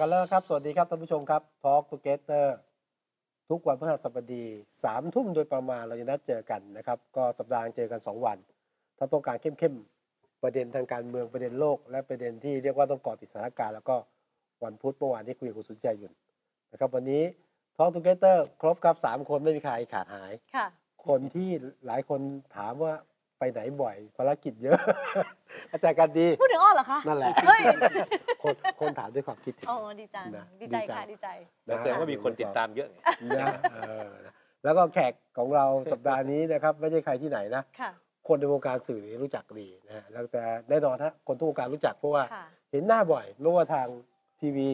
กันแล้วนะครับ สวัสดีครับท่านผู้ชมครับ Talk Together ทุกวันพฤหัสบดีสามทุ่มโดยประมาณเราจะนัดเจอกันนะครับ ก็สัปดาห์เจอกัน 2 วัน ถ้าต้องการเข้มๆ ประเด็นทางการเมืองประเด็นโลก และประเด็นที่เรียกว่าต้องเกาะติดสถานการณ์แล้วก็วันพุธเมื่อวานที่คุยกับคุณสุนใจหยุ่นนะครับ วันนี้ Talk Together ครบครับสามคนไม่มีใครขาดหาย ค่ะ คนที่หลายคนถามว่าไปไหนบ่อย ภารกิจเยอะ อาจารย์กันดี พูดถึงอ้อเหรอคะ นั่นแหละ เฮ้ย คนคนถามด้วยความคิดถึง โอ้ดีใจ นะ ดีใจ ดีใจ ค่ะ ดีใจ แต่แสดงว่ามีคนติดตามเยอะไง นะเออนะแล้วก็แขกของเราสัปดาห์นี้นะครับ ไม่ใช่ใครที่ไหนนะ ค่ะ คนในวงการสื่อนี่รู้จักดีนะฮะแล้วแต่แน่นอนฮะคนทุกวงการรู้จักเพราะว่า ค่ะ เห็นหน้าบ่อยไม่ว่าทางทีวี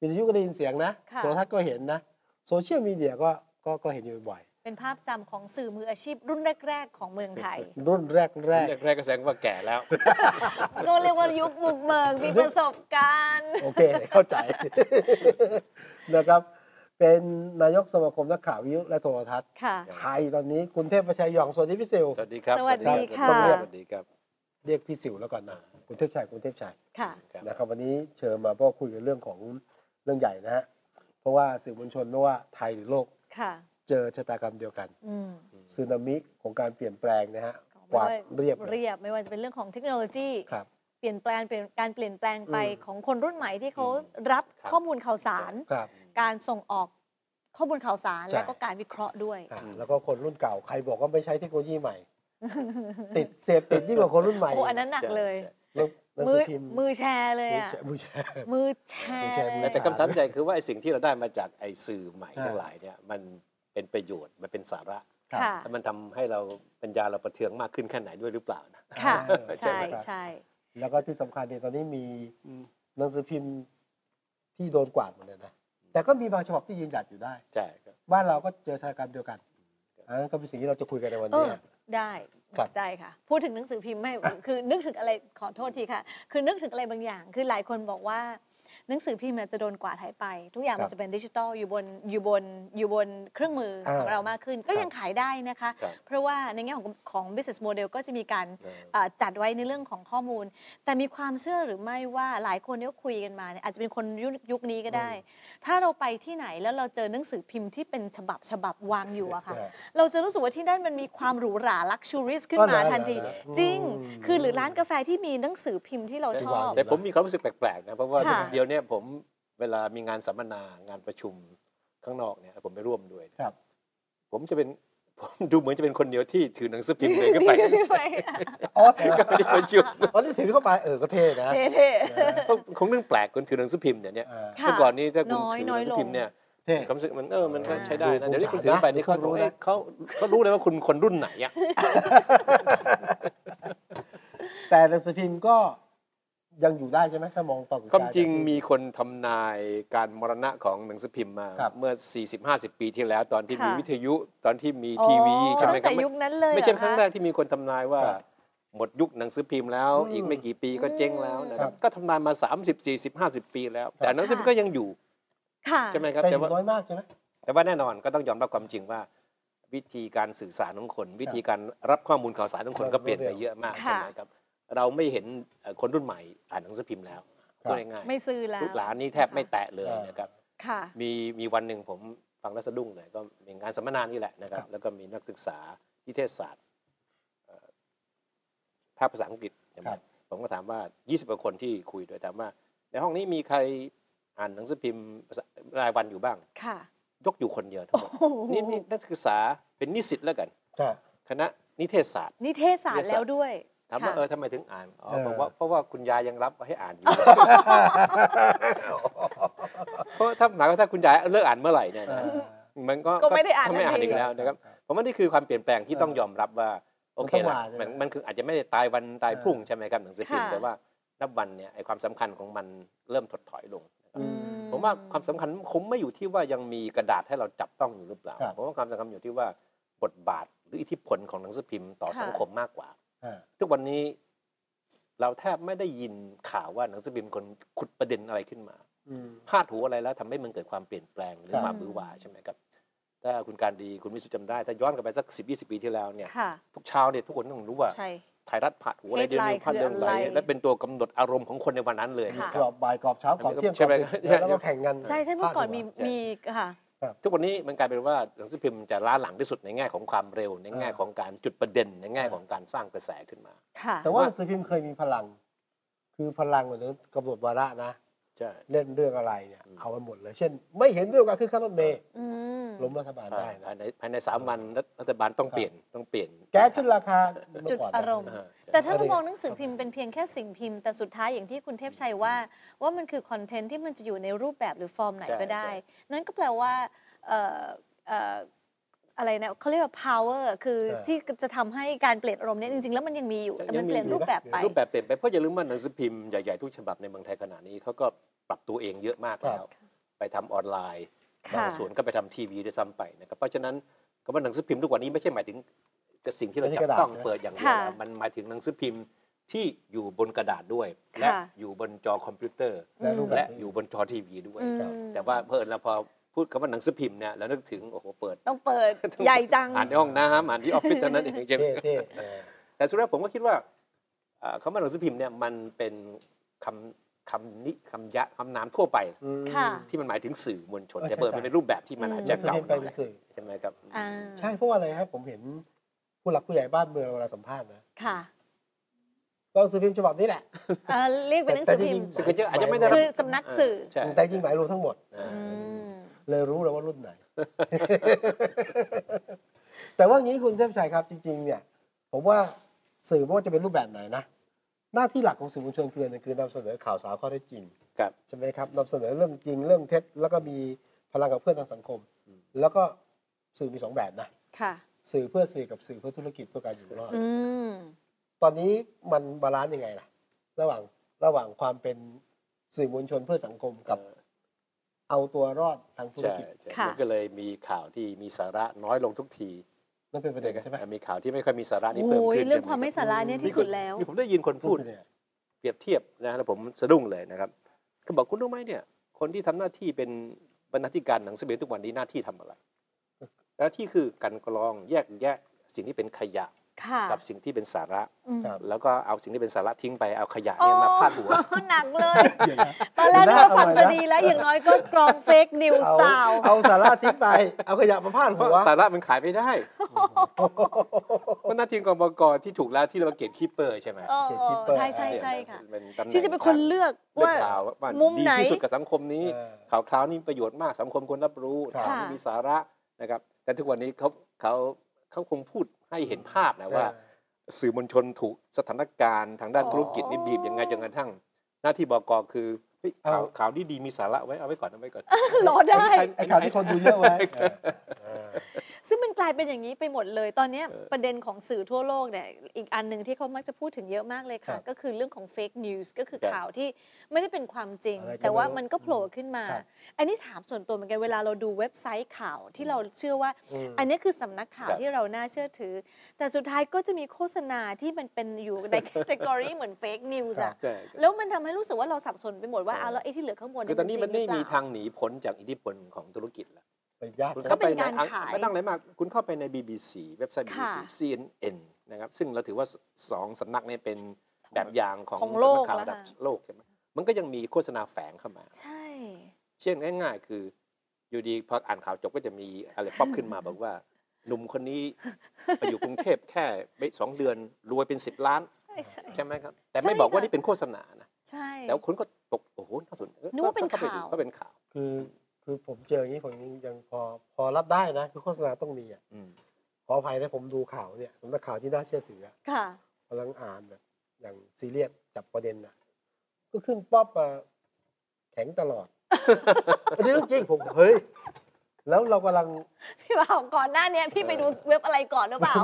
วิทยุก็ได้ยินเสียงนะ ค่ะ โทรทัศน์ก็เห็นนะโซเชียลมีเดียก็ก็ก็เห็นอยู่บ่อย เป็นภาพจำของสื่อมืออาชีพรุ่นแรก ๆ ของเมืองไทย รุ่นแรกแรก แรกๆก็แสดงว่าแก่แล้ว ก็เรียกว่ายุคบุกเบิกมีประสบการณ์ โอเค เข้าใจ นะครับ เป็นนายกสมาคมนักข่าววิทยุและโทรทัศน์ ค่ะ ไทยตอนนี้คุณเทพประชัยหยองสวัสดีพี่สิว สวัสดีครับ สวัสดีค่ะ สวัสดีรับสวัสดีครับ เรียกพี่สิวแล้วก่อนนะคุณเทพชัยคุณเทพชัย ค่ะ ครับ นะครับวันนี้เชิญมาเพราะว่าคุยกันเรื่องของเรื่องใหญ่นะฮะเพราะว่าสื่อมวลชนไม่ว่าไทยหรือโลก ค่ะ เจอชะตากรรมเดียวกัน อืม สึนามิของการเปลี่ยนแปลงนะฮะก ไม่ วาด ว่า เรียบเลย เรียบ ไม่ว่าจะเป็นเรื่องของเทคโนโลยี ครับ เปลี่ยนแปลงเปลี่ยนการเปลี่ยนแปลงไป อืม ของคนรุ่นใหม่ที่เขารับข้อมูลข่าวสาร ครับ การส่งออกข้อมูลข่าวสาร ใช่ และก็การวิเคราะห์ด้วย อ่ะแล้วก็คนรุ่นเก่าใครบอกว่าไม่ใช้เทคโนโลยีใหม่ ติดเสพติดยิ่งกว่าคนรุ่นใหม่ โอ้อันนั้นหนักเลย เรื่องหนัง มื สื อ อพิมพ์ มือแชร์เลยอ่ะ มือแชร์ มือแชมือร์แชร์ เลย แต่แต่คำถามใหญ่คือว่าไอ้สิ่งที่เราได้มาจากไอ้สื่อใหม่ อ่า ทั้งหลายเนี่ยมันเป็นประโยชน์มันเป็นสาระ ครับ ค่ะ แล้วมันทำให้เราปัญญาเราประเทืองมากขึ้นแค่ไหนด้วยหรือเปล่านะ ค่ะ เออ ใช่ ใช่ไหมครับ ใช่ แล้วก็ที่สำคัญเนี่ยตอนนี้มีหนังสือพิมพ์ที่โดนกวาดหมดเลยนะแต่ก็มีบางฉบับที่ยืนหยัดอยู่ได้ ใช่ครับ บ้านเราก็เจอสถานการณ์เดียวกัน อันนั้นก็เป็นสิ่งที่เราจะคุยกันในวัน เอ นี้ อ ฮะ ได้ ครับ ได้ค่ะ พูดถึงหนังสือพิมพ์ไม่ คือนึกถึงอะไรขอโทษทีค่ะ คือนึกถึงอะไรบางอย่าง คือหลายคนบอกว่า หนังสือพิมพ์เนี่ยจะโดนกวาดหายไป ทุกอย่างมันจะเป็นดิจิทัลอยู่บนอยู่บนอยู่บนเครื่องมือ อ่า ของเรามากขึ้น ก็ยังขายได้นะคะ ครับ เพราะว่าในแง่ของของ business model ก็จะมีการ เออ เอ่อจัดไว้ในเรื่องของข้อมูล แต่มีความเชื่อหรือไม่ว่าหลายคนที่คุยกันมาเนี่ยอาจจะเป็นคนยุคยุคนี้ก็ได้ ถ้าเราไปที่ไหนแล้วเราเจอหนังสือพิมพ์ที่เป็นฉบับฉบับวางอยู่อะค่ะ เออ เราจะรู้สึกว่าที่นั่นมันมีความหรูหราลักชูริสขึ้น อ๋อเหร มา อ ทันที เหรอเหรอ จริง อืม คือหรือร้านกาแฟที่มีหนังสือพิมพ์ที่เราชอบ ได้วาง แต่ผมมีความรู้สึกแปลกๆนะเพราะว่า ค่ะ เดี๋ยวเนี้ผมเวลามีงานสัมมนางานประชุมข้างนอกเนี่ยผมไปร่วมด้วยนะครับ ผมจะเป็น ผมดูเหมือนจะเป็นคนเดียวที่ถือหนังสือพิมพ์เองขึ้นไป ดีขึ้นไป อ๋อ ก็ไม่ได้ประชุม อ๋อนี่ถือเข้าไปเออก็เท่นะ เท่ เออ เพราะคงเรื่องแปลกคนถือหนังสือพิมพ์เดี๋ยวนี้ เออ ๆค่ะ เมื่อก่อนนี้ถ้าคุณ น้อยน้อยถือหนังสือพิมพ์เนี่ย เท่ ความรู้สึกมันเออมันก็ อ่า ใช้ได้นะ ดู เดี๋ยวนี้ ภู คุณ มิฐาน ถือไปนี่ นะดูเขารู้ ภูมิฐาน เอ๊ะเขาเขารู้เลยว่าคุณคนรุ่นไหนอ่ะ แต่หนังสือพิมพ์ก็ยังอยู่ได้ใช่ไหมถ้ามองต่อ ความจริงมีคนทำนายการมรณะของหนังสือพิมพ์มา ครับ เมื่อ 40-50 ปีที่แล้วตอนที่ ค่ะ มีวิทยุตอนที่มีทีวี อ๋อ ใช่ไหม ตั้ง ครั แต่ บ ยุคนั้นเลย ไม่ใช่ เห ครั้ง อะ แรกที่มีคนทำนายว่า ครับ หมดยุคหนังสือพิมพ์แล้ว อืม อีกไม่กี่ปีก็เจ๊งแล้วนะคครัรับ บ ก็ทำนายมา 30 40 50 ปีแล้ว แต่หนังสือพิมพ์ ค่ะ ก็ยังอยู่ ค่ะ ใช่ไหมค แต่ รัอบแต่ ยู่ ว่า น้อยมากใช่ไหม แต่ว่าแน่นอนก็ต้องยอมรับความจริงว่า วิธีการสื่อสารของคน วิธีการรับข้อมูลข่าวสารของคน ครับ ก็เปลี่ยนรไปวดเร็ว เยอะมาก ค่ะ ใช่ไหมครับเราไม่เห็นเอ่อคนรุ่นใหม่อ่านหนังสือพิมพ์แล้วพูดง่าย ไม่ซื้อแล้ ๆ ว ลูกหลานนี่แทบไม่แตะเลยนะครับ ค่ะ มีมีวันหนึ่งผมฟังแล้วสะดุ้งเลยก็มีงานสัมมนานี่แหละนะครั ครับ บ แล้วก็มีนักศึกษานิเทศศาสตร์เอ่อภาคภาษาอังกฤษใช่ไหมผมก็ถามว่า 20กว่าคนที่คุยด้วยถามว่า ในห้องนี้มีใครอ่านหนังสือพิมพ์ภาษารายวันอยู่บ้าง ค่ะ ยกอยู่คนเดียวทั้ โอ้ งหมด โห นี่นี่นักศึกษาเป็นนิสิตแล้วกัน ใช่ คณะนิเทศศาสตร์ นิเทศศาสตร์แล้วด้วย ถามว่า ค่ะ เออทำไมถึงอ่านอ๋อ เออ บอกว่าเพราะว่าคุณยายยังรับให้อ่าน อยู่ เพราะถ้าหมายว่าถ้าคุณยายเลิกอ่านเมื่อไหร่เนี่ยนะ มันก็ ก็ไม่ได้อ่าน ก็ไม่อ่าน นั่นเอง อีกแล้วนะครับผมว่านี่คือความเปลี่ยนแปลงที่ต้องยอมรับว่าโอเค มันต้อง ละ มาใช่ไหม มันมันคืออาจจะไม่ได้ตายวันตายพรุ่งใช่ไหมครับหนังสือพิมพ์ ค่ะ แต่ว่านับวันเนี่ยไอความสำคัญของมันเริ่มถดถอยลง อืม ผมว่าความสำคัญคงไม่อยู่ที่ว่ายังมีกระดาษให้เราจับต้องอยู่หรือเปล่า ครับ ผมว่าความสำคัญอยู่ที่ว่าบทบาทหรืออิทธิพลของหนังสือพิมพ์ต่อ ค่ะ สังคมมากกว่า อ่า ทุกวันนี้เราแทบไม่ได้ยินข่าวว่าหนังสือพิมพ์คนขุดประเด็นอะไรขึ้นมา อืม พาดหัวอะไรแล้วทำให้มันเกิดความเปลี่ยนแปลงหรือ ครับ ความมือหวาใช่ไหมครับถ้าคุณการดีคุณวิสุทธิ์จำได้ ถ้าย้อนกลับไปสักสิบยีปีที่แล้วเนี่ย ค่ะ ทุกเช้าเนี่ยทุกคนต้องรู้ว่า ใช่ ไทยรัฐผัดหัวอะไรเดือน Headline นิวพัดเดือน คือ อะ อะไร ไร และเป็นตัวกำหนดอารมณ์ของคนในวันนั้นเลย ค่ะกครับ รอบบ่ายกรอบเช้ากรอบเที่ยง ใช่ไหม กรอบเย็นแล้วก็แข่งกัน ใช่ใช่เมื่อก่อนมี พาดหัว มีค่ะ ทุกวันนี้มันกลายเป็นว่าหนังสือพิมพ์จะล้าหลังที่สุดในแง่ของความเร็ว ในแง่ของการจุดประเด็น ในแง่ของการสร้างกระแสขึ้นมา ค่ะ แต่ว่าหนังสือพิมพ์เคยมีพลัง คือพลังเหมือนกำหนดวาระนะ ใช่ เล่นเรื่องอะไรเนี่ย อืม เอาไปหมดเลย เช่น ไม่เห็นด้วยกับขึ้นค่ารถเมล์ อืม ล้มรัฐบาลได้นะ ภายในภายในสามวันรัฐรัฐบาลต้อง ครับ เปลี่ยนต้องเปลี่ยน แก๊สขึ้นราคา จุด เมื่ก่นนะ อารมณ์ อ่า แต่ถ้าเรามอง อะไรนะ หนังสือพิมพ์เป็นเพียงแค่สิ่งพิมพ์แต่สุดท้ายอย่างที่คุณเทพชัยว่า ว่ามันคือคอนเทนต์ที่มันจะอยู่ในรูปแบบหรือฟอร์มไหน ใช่ ก็ได้ ใช่ นั่นก็แปลว่าเอ่อเอ่ออะไรนะเขาเรียกว่า power คือ ใช่ ที่จะทำให้การเปลี่ยนอารมณ์เนี่ยจริง ๆ แล้วมันยังมีอยู่แต่มันเปลี่ยนรูปแบบไป รูปแบบเปลี่ยนไปเพราะอย่าลืมว่าหนังสือพิมพ์ใหญ่ๆทุกฉบับในเมืองไทยขณะนี้เขาก็ปรับตัวเองเยอะมากแล้ว ไปทำออนไลน์ ค่ะ บางส่วนก็ไปทำทีวีด้วยซ้ำไปนะครับเพราะฉะนั้นคำว่าหนังสือพิมพ์ทุกวันนี้ไม่ใช่หมายถึงกับสิ่งที่เรา ไม่ใช่กจับระดาษ ต้อง นะ เปิดอย่างเดียวนะ ค่ะ มันหมายถึงหนังสือพิมพ์ที่อยู่บนกระดาษด้วย และอยู่บนจอคอมพิวเตอร์ และรูปแบ และ บ อยู่บนจอทีวีด้วย อืม แต่ว่าเพิ่นเราพอพูดคำว่าหนังสือพิมพ์เนี่ยแล้วนึกถึงโอ้โหเปิด ต้องเปิดใหญ่จัง อ่านในห้องน้ำอ่านที่ออฟฟิศเท่านั้นเองใช่ไหม เท่ๆเออ แต่สุดท้ายผมก็คิดว่าเอ่อคำว่าหนังสือพิมพ์เนี่ยมันเป็นคำคำนิคำยะคำนามทั่วไป ค่ะ ที่มันหมายถึงสื่อมวลชน เออ แต่เปิด ใช่ๆมาในรูปแบบที่มัน อืม อาจ จะ จะ เก่า เก่า ไป หน่อย เป็นสื่อ ใช่ไหมครับ อ่า ใช่เพราะว่าอะไรครับผมเห็นผู้หลักผู้ใหญ่บ้านเมืองเวลาสัมภาษณ์นะ ค่ะ ก็หนังสือพิมพ์ฉบับนี้แหละ เอ่อเรียกเป็นหนังสือพิมพ์ ซึ่งก็จะอาจจะไม่ได้ คือสำนักสื่อ ใช่ แต่จริงหมายรวมทั้งหมด อ่า อืม เลยรู้แล้วว่ารุ่น ไหน แต่ว่างี้คุณเทพชัยครับจริง ๆ เนี่ย ผมว่าสื่อไม่ว่าจะเป็นรูปแบบไหนนะ หน้าที่หลักของสื่อมวลชนคืออะไรคือนำเสนอข่าวสารข้อเท็จจริง ครับ ใช่ไหมครับนำเสนอเรื่องจริงเรื่องเท็จ แล้วก็มีพลังกับเพื่อนทางสังคม อืม แล้วก็สื่อมีสองแบบนะ ค่ะ สื่อเพื่อสื่อกับสื่อเพื่อธุรกิจเพื่อการอยู่รอด อืม ตอนนี้มันบาลานซ์ยังไงล่ะ ระหว่างระหว่างความเป็นสื่อมวลชนเพื่อสังคมกับเอาตัวรอดทางธุร ใช่ กิจ ใช่ ค่ะ มันก็เลยมีข่าวที่มีสาระน้อยลงทุกที นั่นเป็นประเด็นใช่ไหม มีข่าวที่ไม่ค่อยมีสาระนี่เพิ่ม โอ้ย ขึ้น เรื่อง ใช่ ความ ห ไม่ รับ สาระเนี่ยที่สุดแล้ว นี่ผมได้ยินคนพูด เนี่ย เปรียบเทียบนะแล้วผมสะดุ้งเลยนะครับก็บอกคุณรู้ไหมเนี่ย คนที่ทำหน้าที่เป็นบรรณาธิการหนังสือพิมพ์ทุกวันนี้หน้าที่ทำอะไร หน้าที่คือกลันกรองแยกแยะสิ่งที่เป็นขยะ ค่ะ กับสิ่งที่เป็นสาระ อืม ครับ แล้วก็เอาสิ่งที่เป็นสาระทิ้งไปเอาขยะเนี่ยมาพาดหัว โอ้ หนักเลย ตอนแรก เดี๋ยวนะ ก็ฟัง เอาไว้ จะ นะ ดีแล้ว อย่างน้อยก็กรองเฟกนิวส์ เอา เปล่า เอาสาระทิ้งไป เอาขยะมาพาด เพ หั ราะ ว สาระมันขายไม่ได้เพราะหน้าที่กองบกที่ถูกแล้วที่เราเก็บคีเปอร์ใช่ไหม เออเออใช่ใช่ใช่ค่ะ เป็นตำแหง ที่จะเป็นคนเลือกว่า เลือกข่าวว่า มุมไหน ดีที่สุดกับสังคมนี้ เออ ข่าวคราวนี้ประโยชน์มากสังคมควรรับรู้ ครับ ข่าวนี้มีสาระนะครับ แต่ทุกวันนี้เขาเขาเขาคงพูดให้เห็นภาพนะว่า สื่อมวลชนถูกสถานการณ์ทางด้าน อ๋อ ธุรกิจนี่บีบยังไงจนกระทั่ง หน้าที่บกคือเฮ้ยข่าว เอา ข่าวที่ดีมีสาระไว้เอาไว้ก่อนเอาไว้ก่อน รอได้ ใช่ ไอ้ข่าวที่คนดูเยอะไว้เออเออ ซึ่งมันกลายเป็นอย่างนี้ไปหมดเลย ตอนเนี้ย เออ ประเด็นของสื่อทั่วโลกเนี่ยอีกอันหนึ่งที่เขามักจะพูดถึงเยอะมากเลยค่ะ ครับ ก็คือเรื่องของเฟกนิวส์ก็คือข่าวที่ไม่ได้เป็นความจริง อะไรก็ แต่ว่า ไม่รู้ มันก็โผล่ขึ้นมา ครับ อันนี้ถามส่วนตัวเหมือนกันเวลาเราดูเว็บไซต์ข่าวที่เราเชื่อว่า อืม อันนี้คือสำนักข่าว ครับ ที่เราน่าเชื่อถือ แต่สุดท้ายก็จะมีโฆษณาที่มันเป็นอยู่ ในแคตตากรีเหมือนเฟกนิวส์อะ ใช่ แล้วมันทำให้รู้สึกว่าเราสับสนไปหมดว่าเอาแล้วไอ้ที่เหลือข้างบน คือตอนนี้มันไม่ จริงหมีรือเปล่ ทางหนีพ้นจากอิทธิพลของธุรกิจแล้ว ไปยาก คุณ นะ ก็ เข้า เป็น ใน การขาย ไม่ต้องอะไรมาก คุณเข้าไปใน BBC เว็บไซต์ ค่ะ BBC CNN นะครับซึ่งเราถือว่าสองสำนักเนี่ยเป็นแบบอย่างของ ของโลก สำนัข่าว แล้ว ระดับ ค่ะ โลกใช่ไหมมันก็ยังมีโฆษณาแฝงเข้ามา ใช่ เช่นง่าย ๆ คืออยู่ดีพออ่านข่าวจบก็จะมีอะไรป๊อปขึ้นมา บอก ว่า หนุ่มคนนี้ไปอยู่กรุงเทพแค่ไม่สองเดือนรวยเป็นสิบล้าน ใช่ใช่ ใช่ไหมครับ แต่ไม่บอกว่า ใช่ค่ะ นี่เป็นโฆษณานะ ใช่ แล้วคนก็ตกโอ้โหน่าสนออ นึกว่าเป็นข่าว ก็เป็นข่าว คือคือผมเจออย่างนี้ผมยังพอพอรับได้นะ คือโฆษณาต้องมีอ่ะ อืม ขออภัยนะผมดูข่าวเนี่ยผมนักข่าวที่น่าเชื่อถืออะ ค่ะ กำลังอ่านแบบอย่างซีเรียสจับประเด็นน่ะก็ขึ้นป๊อปมาแข็งตล อดอันนี้เรื่องจริงผมเฮ้ยแล้วเรากำลัง พี่บ่าวก่อนหน้าเนี้ยพี่ไปดูเว็บอะไรก่อนหรือเปล่า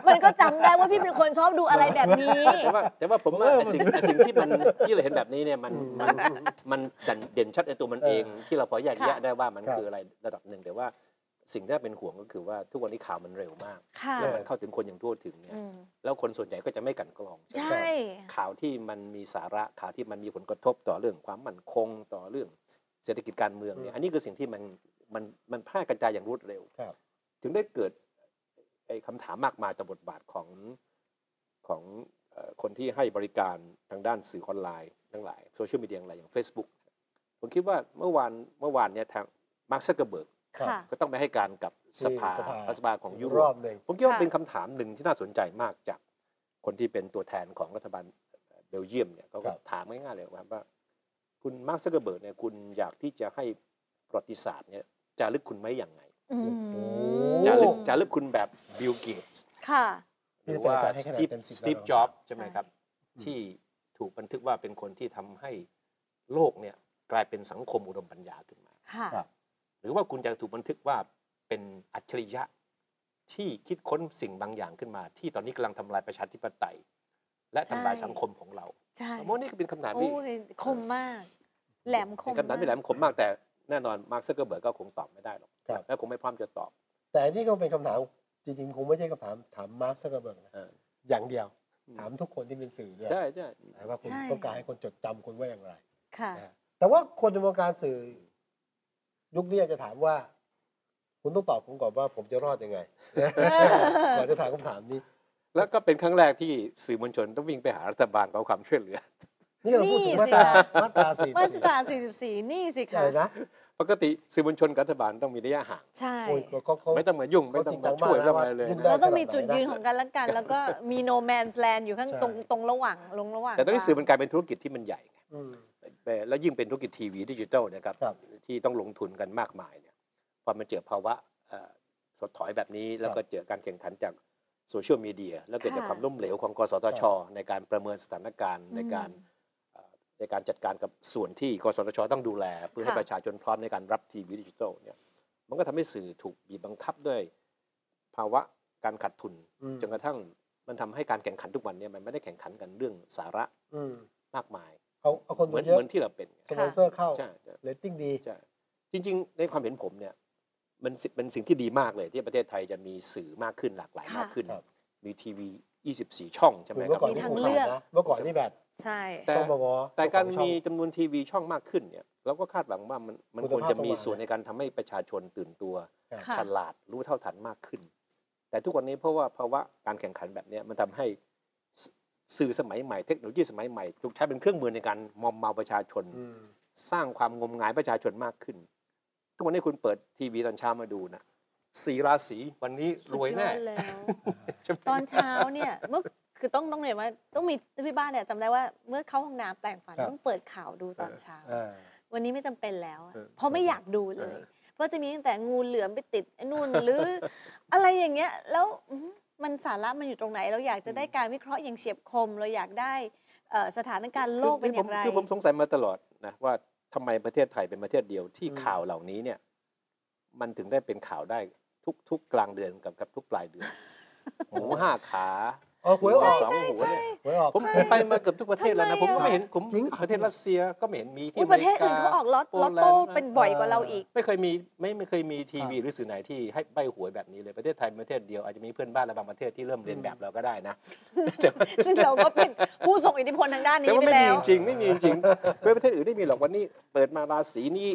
มันก็จำได้ว่าพี่เป็นคนชอบดูอะไรแบบนี้ แต่ว่าแต่ว่าผมว่า เออ ไอ้สิ่งไอ้สิ่งที่มันที่เราเห็นแบบนี้เนี่ยมันมันมันมันเด่นชัดในตัวมันเอง ที่เราพอแยกแยะ ค่ะ ได้ว่ามัน ครับ คืออะไรระดับหนึ่งแต่ว่าสิ่งที่น่าเป็นห่วงก็คือว่าทุกวันนี้ข่าวมันเร็วมาก ค่ะ แล้วมันเข้าถึงคนอย่างทั่วถึงเนี่ย อืม แล้วคนส่วนใหญ่ก็จะไม่กลันกรอง ใช่ ข่าวที่มันมีสาระข่าวที่มันมีผลกระทบต่อเรื่องความมั่นคงต่อเรื่องเศรษฐกิจการเมืองเนี่ อืมยอันนี้คือสิ่งที่มันมันมันแพร่กระจายอย่างรวดเร็ว ครับ ถึงได้เกิดไอ้คำถามมากมายต่อบทบาทของของ เอ่อคนที่ให้บริการทางด้านสื่อออนไลน์ทั้งหลายโซเชียลมีเดียทั้งหลายอย่าง Facebook ผมคิดว่าเมื่อวานเมื่อวานเนี่ยทางมาร์คซักเกอร์เบิร์ก ครับ ค่ะ ก็ต้องไปให้การกับสภา ที่สภา รัฐสภาของยุโร รอ ป บหนึ่ง ผมคิดว่า ค่ะ เป็นคำถามหนึ่งที่น่าสนใจมากจากคนที่เป็นตัวแทนของรัฐบาลเบลเยียมเนี่ยคเขารั ก็ บ ถามง่ายๆเลยว่าว่า คุณมาร์คซักเกอร์เบิร์กเนี่ยคุณอยากที่จะให้ประวัติศาสตร์เนี่ยจารึกคุณไว้อย่างไง อืม โอ้ จารึกจารึกคุณแบบบิลเกตส์ ค่ะ หรือว่า พี่จะจัดให้ ส คะแนน ตีฟ เต็มสิบ สตีฟ แล้ว จ็อบส์ใช่ไหม ใช่ ครับ ที่ถูกบันทึกว่าเป็นคนที่ทำให้โลกเนี่ยกลายเป็นสังคมอุดมปัญญาขึ้นมา ค่ะ ครับ หรือว่าคุณจะถูกบันทึกว่าเป็นอัจฉริยะที่คิดค้นสิ่งบางอย่างขึ้นมา ที่ตอนนี้กำลังทำลายประชาธิปไตย และทำลาย ใช่ สังคมของเรา ใช่ ผมว่านี่ก็เป็นคำถาม โอ้ ที่ ยคมมาก แหลมคม เป็นคำถามที่แหล มาก มคมมากแต่แน่นอนมาร์คซักเกอร์เบิร์กก็คงตอบไม่ได้หรอก ครับ และคงไม่พร้อมจะตอบ แต่อันนี่ก็เป็นคำถามจริงๆคงไม่ใช่คำถามถามมาร์คซักเกอร์เบิร์กนะ เออ อย่างเดียว อืม ถามทุกคนที่เป็นสื่อด้วย ใช่ใช่ นะว่าคุณต้องการให้คนจดจำคุณว่าอย่างไร ค่ะ นะฮะแต่ว่าคนในวงการสื่อ ยุคนี้อาจจะถามว่า คุณต้องตอบผมก่อนว่าผมจะรอดยังไง ก่อนจะถามคำถามนี้ แล้วก็เป็นครั้งแรกที่สื่อมวลชนต้องวิ่งไปหารัฐบาลขอความช่วยเหลือ นี่เราพูดถึง นี่ มา สิ ตรา คะ มาตราสี่ มาตรา44 นี่สิ อะ คะ ไรนะ ปกติสื่อมวลชนกับรัฐบาลต้องมีระยะห่าง ใช่ โอ้ยก็ก็ก็ ไม่ต้องมายุ่งไม่ต้องมาช่วย เขาจริงจังมากนะ ไม่ต้องอะไรเลย ว่ายุ่งได้ นะ เราต้องมีจุดยืนของกันและกัน แล้วก็มี no man's land อยู่ข้าง ใช่ ตรงตรงระหว่างลงระหว่าง แต่ตอนกนี้ลาง สื่อมันกลายเป็นธุรกิจที่มันใหญ่ อืม แต่แล้วยิ่งเป็นธุรกิจทีวีดิจิทัลเนะครับ ครับ ที่ต้องลงทุนกันมากมายเนี่ยพอมันเจอภาวะเอ่อสดถอยแบบนี้ แล้วก็เจอการแข่งขันจากโซเชียลมีเดียแล้วเกิดจาก ค่ะ ความล้มเหลวของกสทช ครับ ในการประเมินสถานการณ์ในการ อืม เอ่อในการจัดการกับส่วนที่กสทช ต้องดูแล เพื่อให้ ค่ะ ประชาชนพร้อมในการรับทีวีดิจิทัลเนี่ยมันก็ทำให้สื่อถูกบีบบังคับด้วย ภาวะการขาดทุน อืม จนกระทั่งมันทำให้การแข่งขันทุกวันเนี่ยมันไม่ได้แข่งขันกันเรื่องสาระ อืม มากมาย เอาเอาคน เห ดู มือน เยอะ เหมือนที่เราเป็น สปอนเซอร์เข้า ใช่ใช่ เรตติ้งดี ใช่จริงๆ ในความเห็นผมเนี่ยมันสิเป็นสิ่งที่ดีมากเลยที่ประเทศไทยจะมีสื่อมากขึ้นหลากหลาย ค่ะ มากขึ้น มีทีวี 24 ช่องใช่ไหม คือเมื่ครั อบ ก่อน มี นี่ ทาง ผม เลือก นะเมื่อก่อนนี่แบบ ใช่ แต่ ต้องมางอ แต่การมี เจ้ขอ จำนวนทีวีช่องมากขึ้นเนี่ยเราก็คาดหวังว่ามันมัน คุณ ควร ภาพ จะมี ต้องมา ส่วนในการทำให้ประชาชนตื่นตัว ค่ะ ฉลาดรู้เท่าทันมากขึ้น แต่ทุกวันนี้เพราะว่าภาวะการแข่งขันแบบเนี้ยมันทำให้สสื่อสมัยใหม่เทคโนโลยีสมัยใหม่ถูกใช้เป็นเครื่องมือในการมอมเมาประชาชน ช่องอืม สร้างความงมงายประชาชนมากขึ้น ทุกวันนี้คุณเปิดทีวีตอนเช้ามาดูนะสีราศีวันนี้รวยแน่ สุดอดแล้ว ใช่ไหม ตอนเช้าเนี่ยเมื่อคือต้องต้องเรียนว่าต้องมีที่บ้านเนี่ยจำได้ว่าเมื่อเข้าห้องน้ำแปรงฟันต้องเปิดข่าวดูตอนเช้า อ่า วันนี้ไม่จำเป็นแล้วอะ เออ เพราะไม่อยากดูเลย เพราะจะมีตั้งแต่งูเหลือมไปติดไอ้นู่น หรืออะไรอย่างเงี้ย แล้วอื้อหือมันสาระมันอยู่ตรงไหน เราอยากจะได้การวิเคราะห์อย่างเฉียบคม เราอยากได้เอ่อสถานการณ์โลกเป็นอย่างไร คือผมสงสัยมาตลอดนะว่าทำไมประเทศไทยเป็นประเทศเดียวที่ อืม ข่าวเหล่านี้เนี่ย มันถึงได้เป็นข่าวได้ทุกทุกกลางเดือนกับกับทุกปลาย เดือน หมูห้าขา เออหวยออก สองหัวเนี่ย หวยออก ผมผมไปมาเกือบทุกประเทศแล้วนะ ทำไม ผมก็ไม่ อ่ะ เห็นผม จริง ประเทศรัสเซียก็ไม่เห็นมีที่ อุ๊ยประเทศอื่นเขาออกล็อต โป ล็อต แล โต้ ด์ะ เป็นบ่อยกว่าเราอีก ไม่เคยมีไม่ไม่เคยมีทีวี ครับ หรือสื่อไหนที่ให้ใบหวยแบบนี้เลยประเทศไทยเป็นประเทศเดียวอาจจะมีเพื่อนบ้านและบางประเทศที่เริ่มเรียนแบบเราก็ได้นะแต่ว่า ซึ่งเราก็เป็นผู้ส่งอิทธิพลทางด้าน แต่ นี้ ว่า ไป ไม่มี แล้ว จริงไม่มีจริง ไม่ประเทศอื่นไม่มีหรอกวันนี้เปิดมาราศีนี้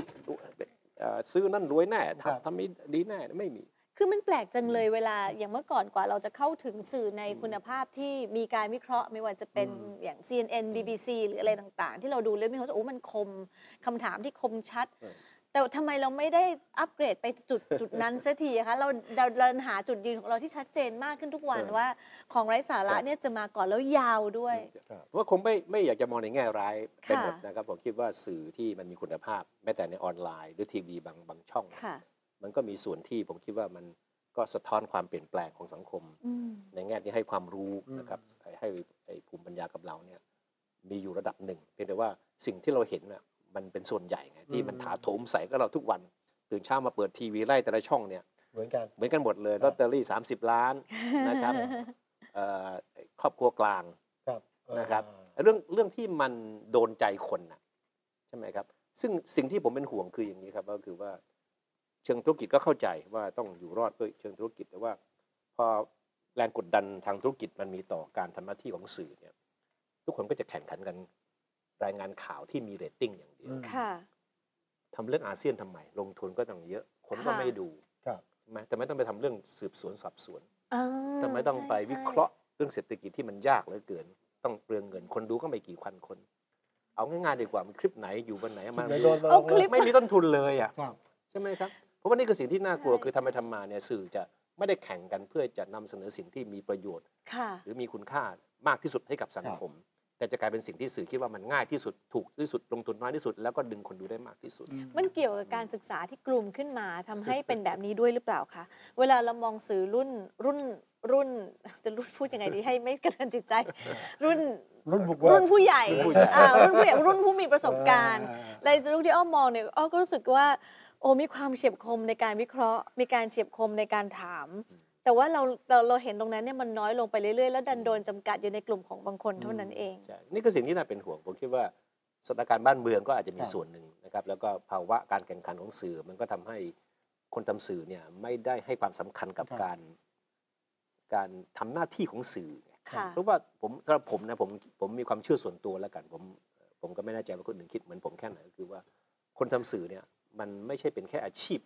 เอ่อซื้อนั่นรวยแน่ ครับ ทำทำไม่ดีแน่ไม่มี คือมันแปลกจังเลยเวลาอย่างเมื่อก่อนกว่าเราจะเข้าถึงสื่อในคุณภาพที่มีการวิเคราะห์ไม่ว่าจะเป็นอย่าง CNN BBC หรืออะไรต่างๆ ที่เราดูเรื่องนี้เขาจะโอ้มันคมคำถามที่คมชัด เออ แต่ทำไมเราไม่ได้อัปเกรดไปจุดจุดนั้นสักทีอะคะเราเราเราหาจุดยืนของเราที่ชัดเจนมากขึ้นทุกวันว่า ของไร้สาระเนี่ยจะมาก่อนแล้วยาวด้วย ผมว่าคงไม่ไม่อยากจะมองในแง่ร้ายเป็น ค่ะ หมดนะครับผมคิดว่าสื่อที่มันมีคุณภาพ แม้แต่ในออนไลน์หรือทีวีบางบางช่อง ค่ะ มันก็มีส่วนที่ผมคิดว่ามันก็สะท้อนความเปลี่ยนแปลงของสังคม อืม ในแง่ที่ให้ความรู้ อืม นะครับให้ให้ไอ้ภูมิปัญญากับเราเนี่ยมีอยู่ระดับหนึ่งเพียงแต่ว่าสิ่งที่เราเห็นน่ะมันเป็นส่วนใหญ่ไงที่มันถาโถมใส่ก็เราทุกวัน ตื่นเช้ามาเปิดทีวีไล่แต่ละช่องเนี่ย เหมือนกัน เหมือนกันหมดเลย ค ล รับ อตเตอรี่ 30 ล้าน นะครับเอ่อครอบครัวกลาง ครับ นะครับ เรื่องเรื่องที่มันโดนใจคนน่ะใช่ไหมครับ ซึ่งสิ่งที่ผมเป็นห่วงคืออย่างนี้ครับ ก็คือว่าเชิงธุรกิจก็เข้าใจว่าต้องอยู่รอดด้วยเชิงธุรกิจแต่ว่า พอแรงกดดันทางธุรกิจมันมีต่อการทำหน้าที่ของสื่อเนี่ย ทุกคนก็จะแข่งขันกันรายงานข่าวที่มีเรตติ้งอย่างเดียว อืม ค่ะ ทำเรื่องอาเซียนทำไมลงทุนก็ต้องเยอะคนก็ ค่ะ ไม่ดู ครับ ใช่ไหมแต่ไม่ต้องไปทำเรื่องสืบสวนสอบสวน อ่า ทำไมต้องไป ใช่ วิเคราะห์เรื่องเศรษฐกิจที่มันยากเหลือเกิน ต้องเปลืองเงิน คนดูก็ไม่กี่พันคน เอาง่ายๆดีกว่ามันคลิปไหนอยู่บนไหนมัน ไหนโดนมลง เอาคลิป ไม่มีต้นทุนเลยอ่ะ ครับ ใช่ไหมครับ เพราะว่านี่คือสิ่งที่น่ากลัว ใช่ คือทำไปทำมาเนี่ยสื่อจะไม่ได้แข่งกันเพื่อจะนำเสนอสิ่งที่มีประโยชน์ ค่ะ หรือมีคุณค่ามากที่สุดให้กับสังคม แต่จะกลายเป็นสิ่งที่สื่อคิดว่ามันง่ายที่สุดถูกที่สุดลงทุนน้อยที่สุด แล้วก็ดึงคนดูได้มากที่สุด มันเกี่ยวกับการศึกษาที่กลุ่มขึ้นมาทำให้เป็นแบบนี้ด้วยหรือเปล่าคะ เวลาเรามองสื่อรุ่นรุ่นรุ่น จะรุ่นพูดยังไงดีให้ไม่กระเทือนจิตใจ รุ่น รุ่นบุกเบิ รุ่ ก นผู้ใหญ่ รุ่นผู้ใหญ่ อ่ารุ่นผู้ใหญ่รุ่นผู้มีประสบการณ์ อ่ ในจุดที่อ้อมมองเนี่ยอ้อก็รู้สึกว่า โอ้มีความเฉียบคมในการวิเคราะห์ มีการเฉียบคมในการถาม อืม แต่ว่าเราเราเราเห็นตรงนั้นเนี่ยมันน้อยลงไปเรื่อยๆ แล้วดันโดนจำกัดอยู่ในกลุ่มของบางคนเท่านั้นเอง ใช่นี่คือสิ่งที่น่าเป็นห่วง ผมคิดว่าสถานการณ์บ้านเมืองก็อาจจะมี ครับ ส่วนหนึ่งนะครับ แล้วก็ภาวะการแข่งขันของสื่อ มันก็ทำให้คนทำสื่อเนี่ยไม่ได้ให้ความสำคัญกับ ครับ การ การทำหน้าที่ของสื่อไง ค่ะ เพราะว่าผมสำหรับผมนะผมผมมีความเชื่อส่วนตัวแล้วกัน ผมผมก็ไม่แน่ใจว่าคนอื่นคิดเหมือนผมแค่ไหนก็คือว่าคนทำสื่อเนี่ยมันไม่ใช่เป็นแค่อาชีพ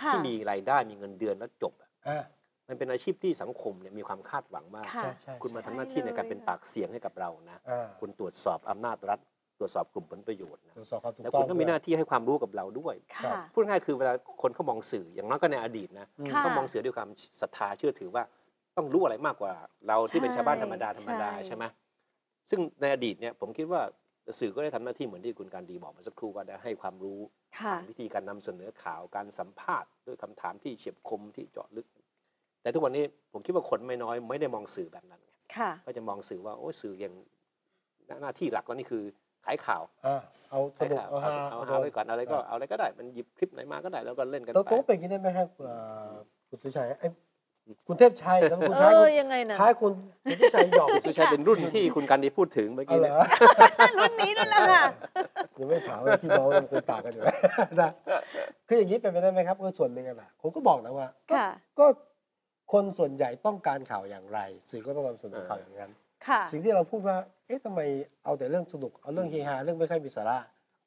ค่ะ ที่มีรายได้มีเงินเดือนแล้วจบอะ อ่า มันเป็นอาชีพที่สังคมเนี่ยมีความคาดหวังว่า ค่ะ ใช่ใช่ คุณมา ใช่ ทำหน้าที่ในการเป็นปากเสียงให้กับเรานะ อ่า คุณตรวจสอบอำนาจรัฐ ตรวจสอบกลุ่มผลประโยชน์นะ ตรวจสอบความถูก แล้ว ต้ คุ อ ณ ง ก็ด้มีหวย น้าที่ให้ความรู้กับเราด้วย ครั ค่ะ บ พูดง่ายคือเวลาคนเขามองสื่ออย่างน้อยก็ในอดีตนะ อืม ค่ะ เขามองสื่อด้วยความศรัทธาเชื่อถือว่าต้องรู้อะไรมากกว่าเราที่เป็นชาวบ้านธรรมดาธรรมดา ใช่ ใช่ไหมซึ่งในอดีตเนี่ยผมคิดว่าสื่อก็ได้ทำหน้าที่เหมือนที่คุณการดีบอกเมื่อสักครู่ว่าได้ให้ความรู้ ค่ะ วิธีการนำเสนอข่าวการสัมภาษณ์ด้วยคำถามที่เฉียบคมที่เจาะลึก แต่ทุกวันนี้ผมคิดว่าคนไม่น้อยไม่ได้มองสื่อแบบนั้นไง ค่ะ ก็จะมองสื่อว่าโอ้สื่ออย่างหน้าหน้าที่หลักก็นี่คือขายข่าว อ่าเอาส ขาย นุก ข่าว เอา เอา ฮาเอาโดเอาเอาน ไว้ก่อนอะไรก็ อ่า เอาอะไรก็ได้มันหยิบคลิปไหนมาก็ได้แล้วก็เล่นกัน โต๊ะ ไป โต๊ะเป็นอย่างนี้ได้ไหมครับเอ่อคุณสุชัยไอ้ยคุณเทพชั ยแล้วคุณ เอ ท้าย อ คุณ ยังไงนะ ท้ายคุณสุทธิชัยหยอก สุชัยเป็นรุ่นที่คุณกันดีพูดถึงเมื่อ เอา กี้ เหร เนะ อ รุ่นนี้ด้วยล่ะค่ะ ยังไม่ถามว่าพี่น้องมันคงต่างกันอยู่นะนะคืออย่างนี้เป็นไปได้ไหมครับก็ส่วนหนึ่งอะนะผมก็บอกนะว่าก็ ค่ะ ก็คนส่วนใหญ่ต้องการข่าวอย่างไร สื่อก็ต้องนำเสนอข่าวอย่างนั้น ค่ะ สิ่งที่เราพูดว่า เอ๊ะทำไมเอาแต่เรื่องสนุก เอาเรื่องเฮฮาเรื่องไม่ค่อยมีสาระ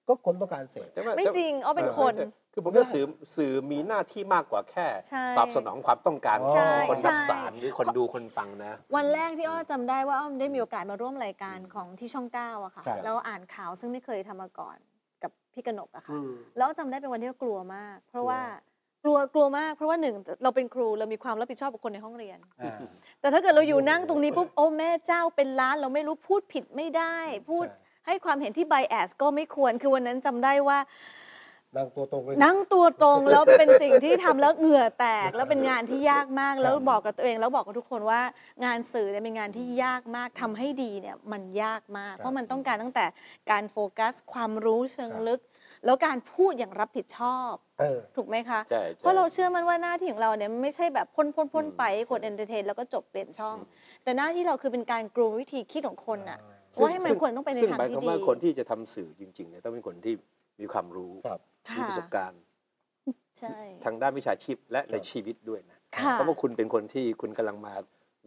ก็คนต้องการเสพ แต่ว่า ไม่จริงอ้อเป็นคน คือผมว่าสื่อสื่อมีหน้าที่มากกว่าแค่ ใช่ ตอบสนองความต้องการ ใช่ ของคนรับ ใช่ สารหรือคนดูคนฟังนะ วันแรกที่อ้อจำได้ว่าอ้อมได้มีโอกาสมาร่วมรายการของที่ช่องเก้าอะค่ะ ครับ แล้วอ่านข่าวซึ่งไม่เคยทำมาก่อนกับพี่กนกอะค่ะ อืม แล้วจำได้เป็นวันที่กลัวมาก เพราะว่ากลัวกลัวมากเพราะว่าหนึ่งเราเป็นครูเรามีความรับผิดชอบกับคนในห้องเรียน อ่า แต่ถ้าเกิดเราอยู่ โอ้โห นั่งตรงนี้ปุ๊บโอ้แม่เจ้าเป็นล้านเราไม่รู้พูดผิดไม่ได้ พูด ใช่ ให้ความเห็นที่ไบแอสก็ไม่ควรคือวันนั้นจำได้ว่า นั่งตัวตรงเลย นั่งตัวตรงแล้วเป็นสิ่งที่ทำแล้วเหงื่อแตก แล้วเป็นงานที่ยากมากแล้วบอกกับตัวเองแล้วบอกกับทุกคนว่างานสื่อเนี่ยเป็นงานที่ยากมากทำให้ดีเนี่ยมันยากมาก ครับ เพราะมันต้องการตั้งแต่การโฟกัส ความรู้เชิงลึก แล้วการพูดอย่างรับผิดชอบ เออ ถูกไหมคะ ใช่ใช่ เพราะเราเชื่อมันว่าหน้าที่ของเราเนี่ยไม่ใช่แบบพ่นพ่นพ่นไปกดเอนเตอร์เทนแล้วก็จบเปลี่ยนช่อง แต่หน้าที่เราคือเป็นการกรูวิธีคิดของคนน่ะ ว่าให้มัน ซึ่ ควรต้องไปใน ซึ่ ทางที่ หมยควม ดี ว่าคนที่จะทำสื่อจริงๆเนี่ยต้องเป็นคนที่มีความรู้ ครับ มี ค่ะ ประสบการณ์ ใช่ ทางด้านวิชาชีพและในชีวิตด้วยนะ ค่ะ เพราะว่าคุณเป็นคนที่คุณกำลังมา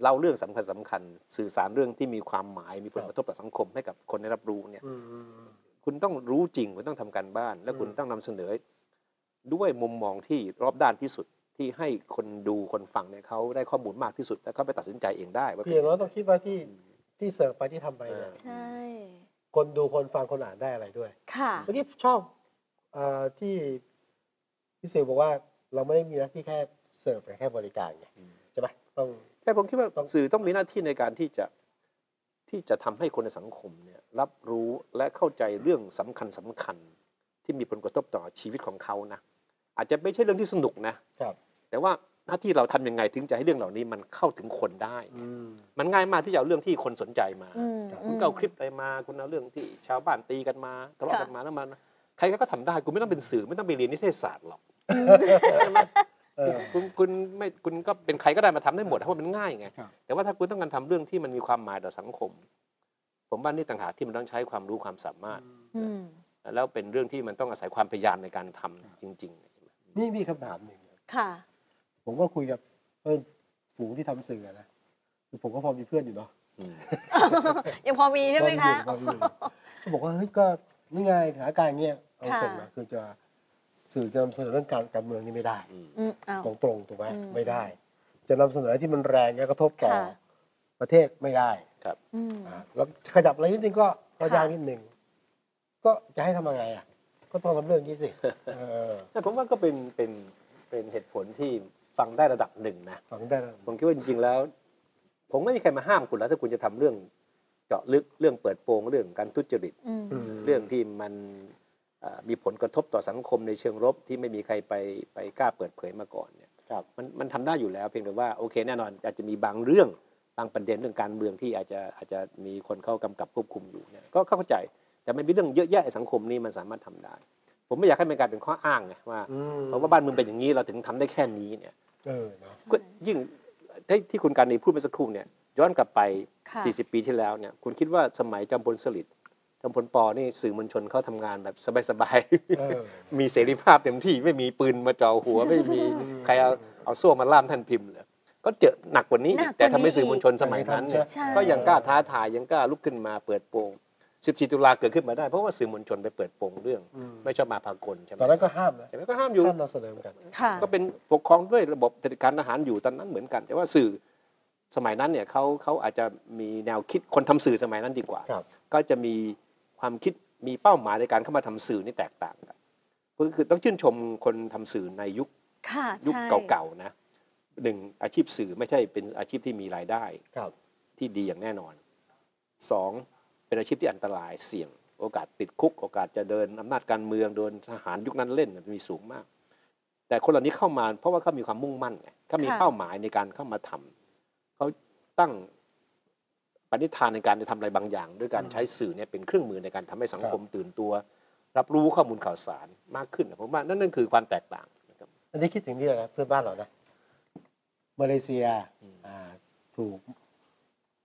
เล่าเรื่องสำคัญสคัญๆสื่อสารเรื่องที่มีความหมายมีผลกระทบต่อสังคมให้กับคนได้รับรู้เนี่ย อืม คุณต้องรู้จริง คุณต้องทำการบ้าน และ อืม คุณต้องนำเสนอ ด้วยมุมมองที่รอบด้านที่สุดที่ให้คนดูคนฟังเนี่ยเขาได้ข้อมูลมากที่สุดและเขาไปตัดสินใจเองได้ว่า เพียง งไ เราต้องคิดว่าที่ที่เสิร์ฟไปที่ทำไปเนี่ย ใช่ คนดูคนฟังคนอ่านได้อะไรด้วย ค่ะ เมื่อกี้ชอบเอ่อที่พี่เสวบอกว่าเราไม่ได้มีหน้าที่แค่เสิร์ฟแต่แค่บริการไง อืม ใช่ไหมต้อง แต่ผมคิดว่า ต้อง สื่อต้องมีหน้าที่ในการที่จะที่จะทำให้คนในสังคมเนี่ยรับรู้และเข้าใจเรื่องสำคัญสำคัญๆที่มีผลกระทบต่อชีวิตของเขานะอาจจะไม่ใช่เรื่องที่สนุกนะ ครับ แต่ว่าหน้าที่เราทำยังไงถึงจะให้เรื่องเหล่านี้มันเข้าถึงคนได้ อืม มันง่ายมากที่จะเอาเรื่องที่คนสนใจมา อืม ครับ อื คุมณก็เอาคลิปอะไรมา คุณเอาเรื่องที่ชาวบ้านตีกันมาทะเลาะกันมาแล้วมันใครก็ทำได้คุณไม่ต้องเป็นสื่อไม่ต้องไปเรียนนิเทศศาสตร์หรอกใช่ไหม เออ คุณคุณไม่คุณก็เป็นใครก็ได้มาทำได้หมดเพราะมันง่ายไง ครับ แต่ว่าถ้าคุณต้องการทำเรื่องที่มันมีความหมายต่อสังคม ผมว่านี่ต่างหากที่มันต้องใช้ความรู้ความสามารถ อืม แล้วเป็นเรื่องที่มันต้องอาศัยความพยายามในการทำจริง นี่มีคำถามหนึ่ง ค่ะ ผมก็คุยกับเพื่อนฝูงที่ทำสื่อนะคือผมก็พอมีเพื่อนอยู่เนาะ ๆอืม ยังพอมีใช่ไหมคะ พอมีอยู่ก็บอกว่าเฮ้ยก็นี่ไงสถานการณ์เนี้ยเอาตรงนะคือจะสื่อจะนำเสนอเรื่องการการเมืองนี่ไม่ได้ อืม อืมเอา ตรงตรงๆถูกไหม อืม ไม่ได้ จะนำเสนอที่มันแรงและกระทบต่อ ค่ะ ประเทศไม่ได้ อืม อ่าแล้วขยับอะไรนิดนึงก็ก็ ค่ะ ยากนิดหนึ่งก็จะให้ทำยังไงอ่ะ ก็ต้องทำเรื่องนี้สิเออ แต่ผมว่าก็เป็นเป็นเป็นเหตุผลที่ฟังได้ระดับหนึ่งนะ ฟังได้แล้ว ผมคิดว่าจริงๆแล้ว ผมไม่มีใครมาห้ามคุณแล้วถ้าคุณจะทำเรื่องเจาะลึกเรื่องเปิดโปงเรื่องการทุจริต อืม ม เรื่องที่มันเอ่อมีผลกระทบต่อสังคมในเชิงลบที่ไม่มีใครไปไปกล้าเปิดเผยมาก่อนเนี่ย ครับ มันมันทำได้อยู่แล้วเพียงแต่ว่าโอเคแน่นอนอาจจะมีบางเรื่องบางประเด็นเรื่องการเมืองที่อาจจะอาจจะมีคนเข้ากำกับควบคุมอยู่เนี่ยก็เข้าใจแต่มันมีเรื่องเยอะแยะในสังคมนี่มันสามารถทำได้ ผมไม่อยากให้มันกลายเป็นข้ออ้างไงว่า อืม เพราะว่าบ้านเมืองเป็นอย่างนี้เราถึงทำได้แค่นี้เนี่ย เออเนอะ ก็ยิ่งที่ที่คุณการณีพูดเมื่อสักครู่เนี่ยย้อนกลับไป ค่ะ 40 ปีที่แล้วเนี่ยคุณคิดว่าสมัยจอมพลสฤษดิ์จอมพลปอนี่สื่อมวลชนเขาทำงานแบบสบาย เออ ๆ มีเสรีภาพเต็มที่ไม่มีปืนมาจ่อหัว ไม่มีใครเอาเอาโซ่มาล่ามท่านพิมพ์เลยก็เจอหนักกว่านี้หอีนั ก กกว่านี้ แต่ทำให้สื่อมวลชนสมัยนั้นเนี่ย ใช่ ก็ยังกล้าท้าทายยังกล้าลุกขึ้นมาเปิดโปง 14 ตุลาเกิดขึ้นมาได้เพราะว่าสื่อมวลชนไปเปิดโปงเรื่อง อืม ไม่ชอบมาพากลใช่ไหม ตอนนั้นก็ห้ามนะ ใช่ไหมก็ห้ามอยู่ ห้ามนำเสนอเหมือนกัน ค่ะ ก็เป็นปกครองด้วยระบบเผด็จการทหารอยู่ตอนนั้นเหมือนกัน แต่ว่าสื่อสมัยนั้นเนี่ยเขาเขาอาจจะมีแนวคิดคนทำสื่อสมัยนั้นดีกว่า ครับ ก็จะมีความคิดมีเป้าหมายในการเข้ามาทำสื่อนี่แตกต่างกันก็คือต้องชื่นชมคนทำสื่อในยุค ค่ะ ยุค ใช่ เก่าๆนะหนึ่งอาชีพสื่อไม่ใช่เป็นอาชีพที่มีรายได้ ครับ ที่ดีอย่างแน่นอนสองเป็นอาชีพที่อันตรายเสี่ยง โอกาสติดคุก โอกาสจะเดินอำนาจการเมืองโดนทหารยุคนั้นเล่นน่ะมีสูงมาก แต่คนเหล่านี้เข้ามาเพราะว่าเขามีความมุ่งมั่นไงเขามี ค่ะ เป้าหมายในการเข้ามาทำเขาตั้งปณิธานในการจะทำอะไรบางอย่าง ด้วยการใช้สื่อเนี่ยเป็นเครื่องมือในการทำให้สังคมตื่นตัว รับรู้ข้อมูลข่าวสารมากขึ้นนะผมว่านั่นนั่นคือความแตกต่างนะครับ อันนี้คิดถึงนี่แหละนะเพื่อนบ้านเรานะมาเลเซีย อืม อ่าถูก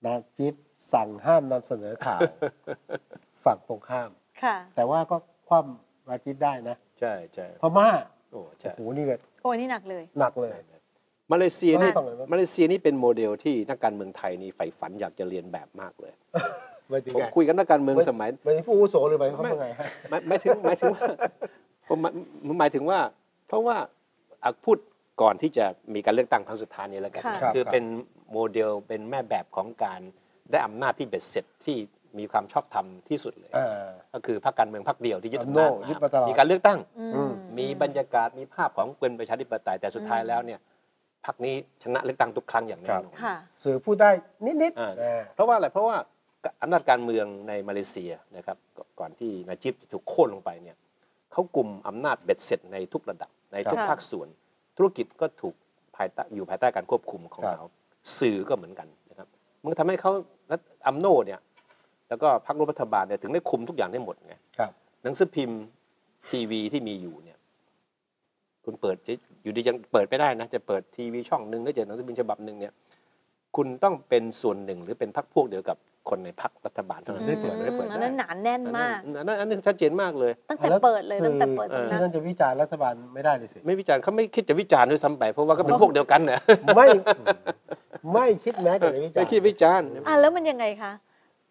นาจิบสั่งห้ามนำเสนอ ข่าว ฝั่งตรงข้าม ค่ะ แต่ว่าก็คว่ำนาจิบได้นะ ใช่ใช่ พม่า โอ้ โอ้ ใช่ โหนี่ก็ โอ้ยนี่หนักเลย หนักเลย มาเลเซีย เล่า นี่ ให้ฟังหน่อยว่า มาเลเซียนี่เป็นโมเดลที่นักการเมืองไทยนี่ใฝ่ฝันอยากจะเรียนแบบมากเลย หมายถึง ผม ไง คุยกับนักการเมืองสมัย หมายถึงผู้อาวุโสหรือหมายถึงเขาเป็นไงฮะ หมายหมายถึงหมายถึงว่า ผมหมายผมหมายถึงว่า เพราะว่าอักพูดก่อนที่จะมีการเลือกตั้งครั้งสุดท้ายนี้แล้วกัน ค่ะ ครับ คือ ครับ เป็นโมเดลเป็นแม่แบบของการได้อำนาจที่เบ็ดเสร็จที่มีความชอบธรรมที่สุดเลย อ่า ก็คือพรรคการเมืองพรรคเดียวที่ยึดอำนาจ อำนาจยึดมาตลอด มีการเลือกตั้ง อื อืม มีบรรยากาศมีภาพของเป็นประชาธิปไตยแต่สุดท้ายแล้วเนี่ยพรรคนี้ชนะเลือกตั้งทุกครั้งอย่างแน่นอน ค่ะ สื่อพูดได้นิด อ่า ๆอ่า เพราะว่าอะไรเพราะว่าอำนาจการเมืองในมาเลเซียนะครับก่ก่อนที่นาจิบจะถูกโค่นลงไปเนี่ยเขากลุ่มอำนาจเบ็ดเสร็จในทุกระดับ ในทุก ครับ ภาคส่วน ธุรกิจก็ถูกภายใต้อยู่ภายใต้การควบคุมของ ครับ เขาสื่อก็เหมือนกันนะครับมันก็ทำให้เขารัฐอัมโนเนี่ยแล้วก็พรรครัฐบาลเนี่ยถึงได้คุมทุกอย่างได้หมดไง ครับ หนังสือพิมพ์ทีวีที่มีอยู่เนี่ย คุณเปิดจะอยู่ดียังเปิดไม่ได้นะ จะเปิดทีวีช่องหนึ่งหรือจะหนังสือพิมพ์ฉบับหนึ่งเนี่ย คุณต้องเป็นส่วนหนึ่งหรือเป็นพักพวกเดียวกับคนในพักรัฐบาลเท่านั้นได้เปิดไม่ได้เปิด อัน ได้ นั้นหนาแน่นมาก อันนั้นอันนั้นชัดเจนมากเลย ตั้งแต่ แล้ว เปิดเลย สื่อ ตั้งแต่เปิด เออ สำที่นัก ท่านจะวิจารณ์รัฐบาลไม่ได้เลยสิ ไม่วิจารณ์เขาไม่คิดจะวิจารณ์ด้วยซ้ำไปเพราะว่าก็เป็นพวกเดียวกันเนี่ย ไม่ ไม่คิดแม้แต่จะวิจาร ไม่ ณ์ คิดวิจารณ์ อ่ะแล้วมันยังไงคะ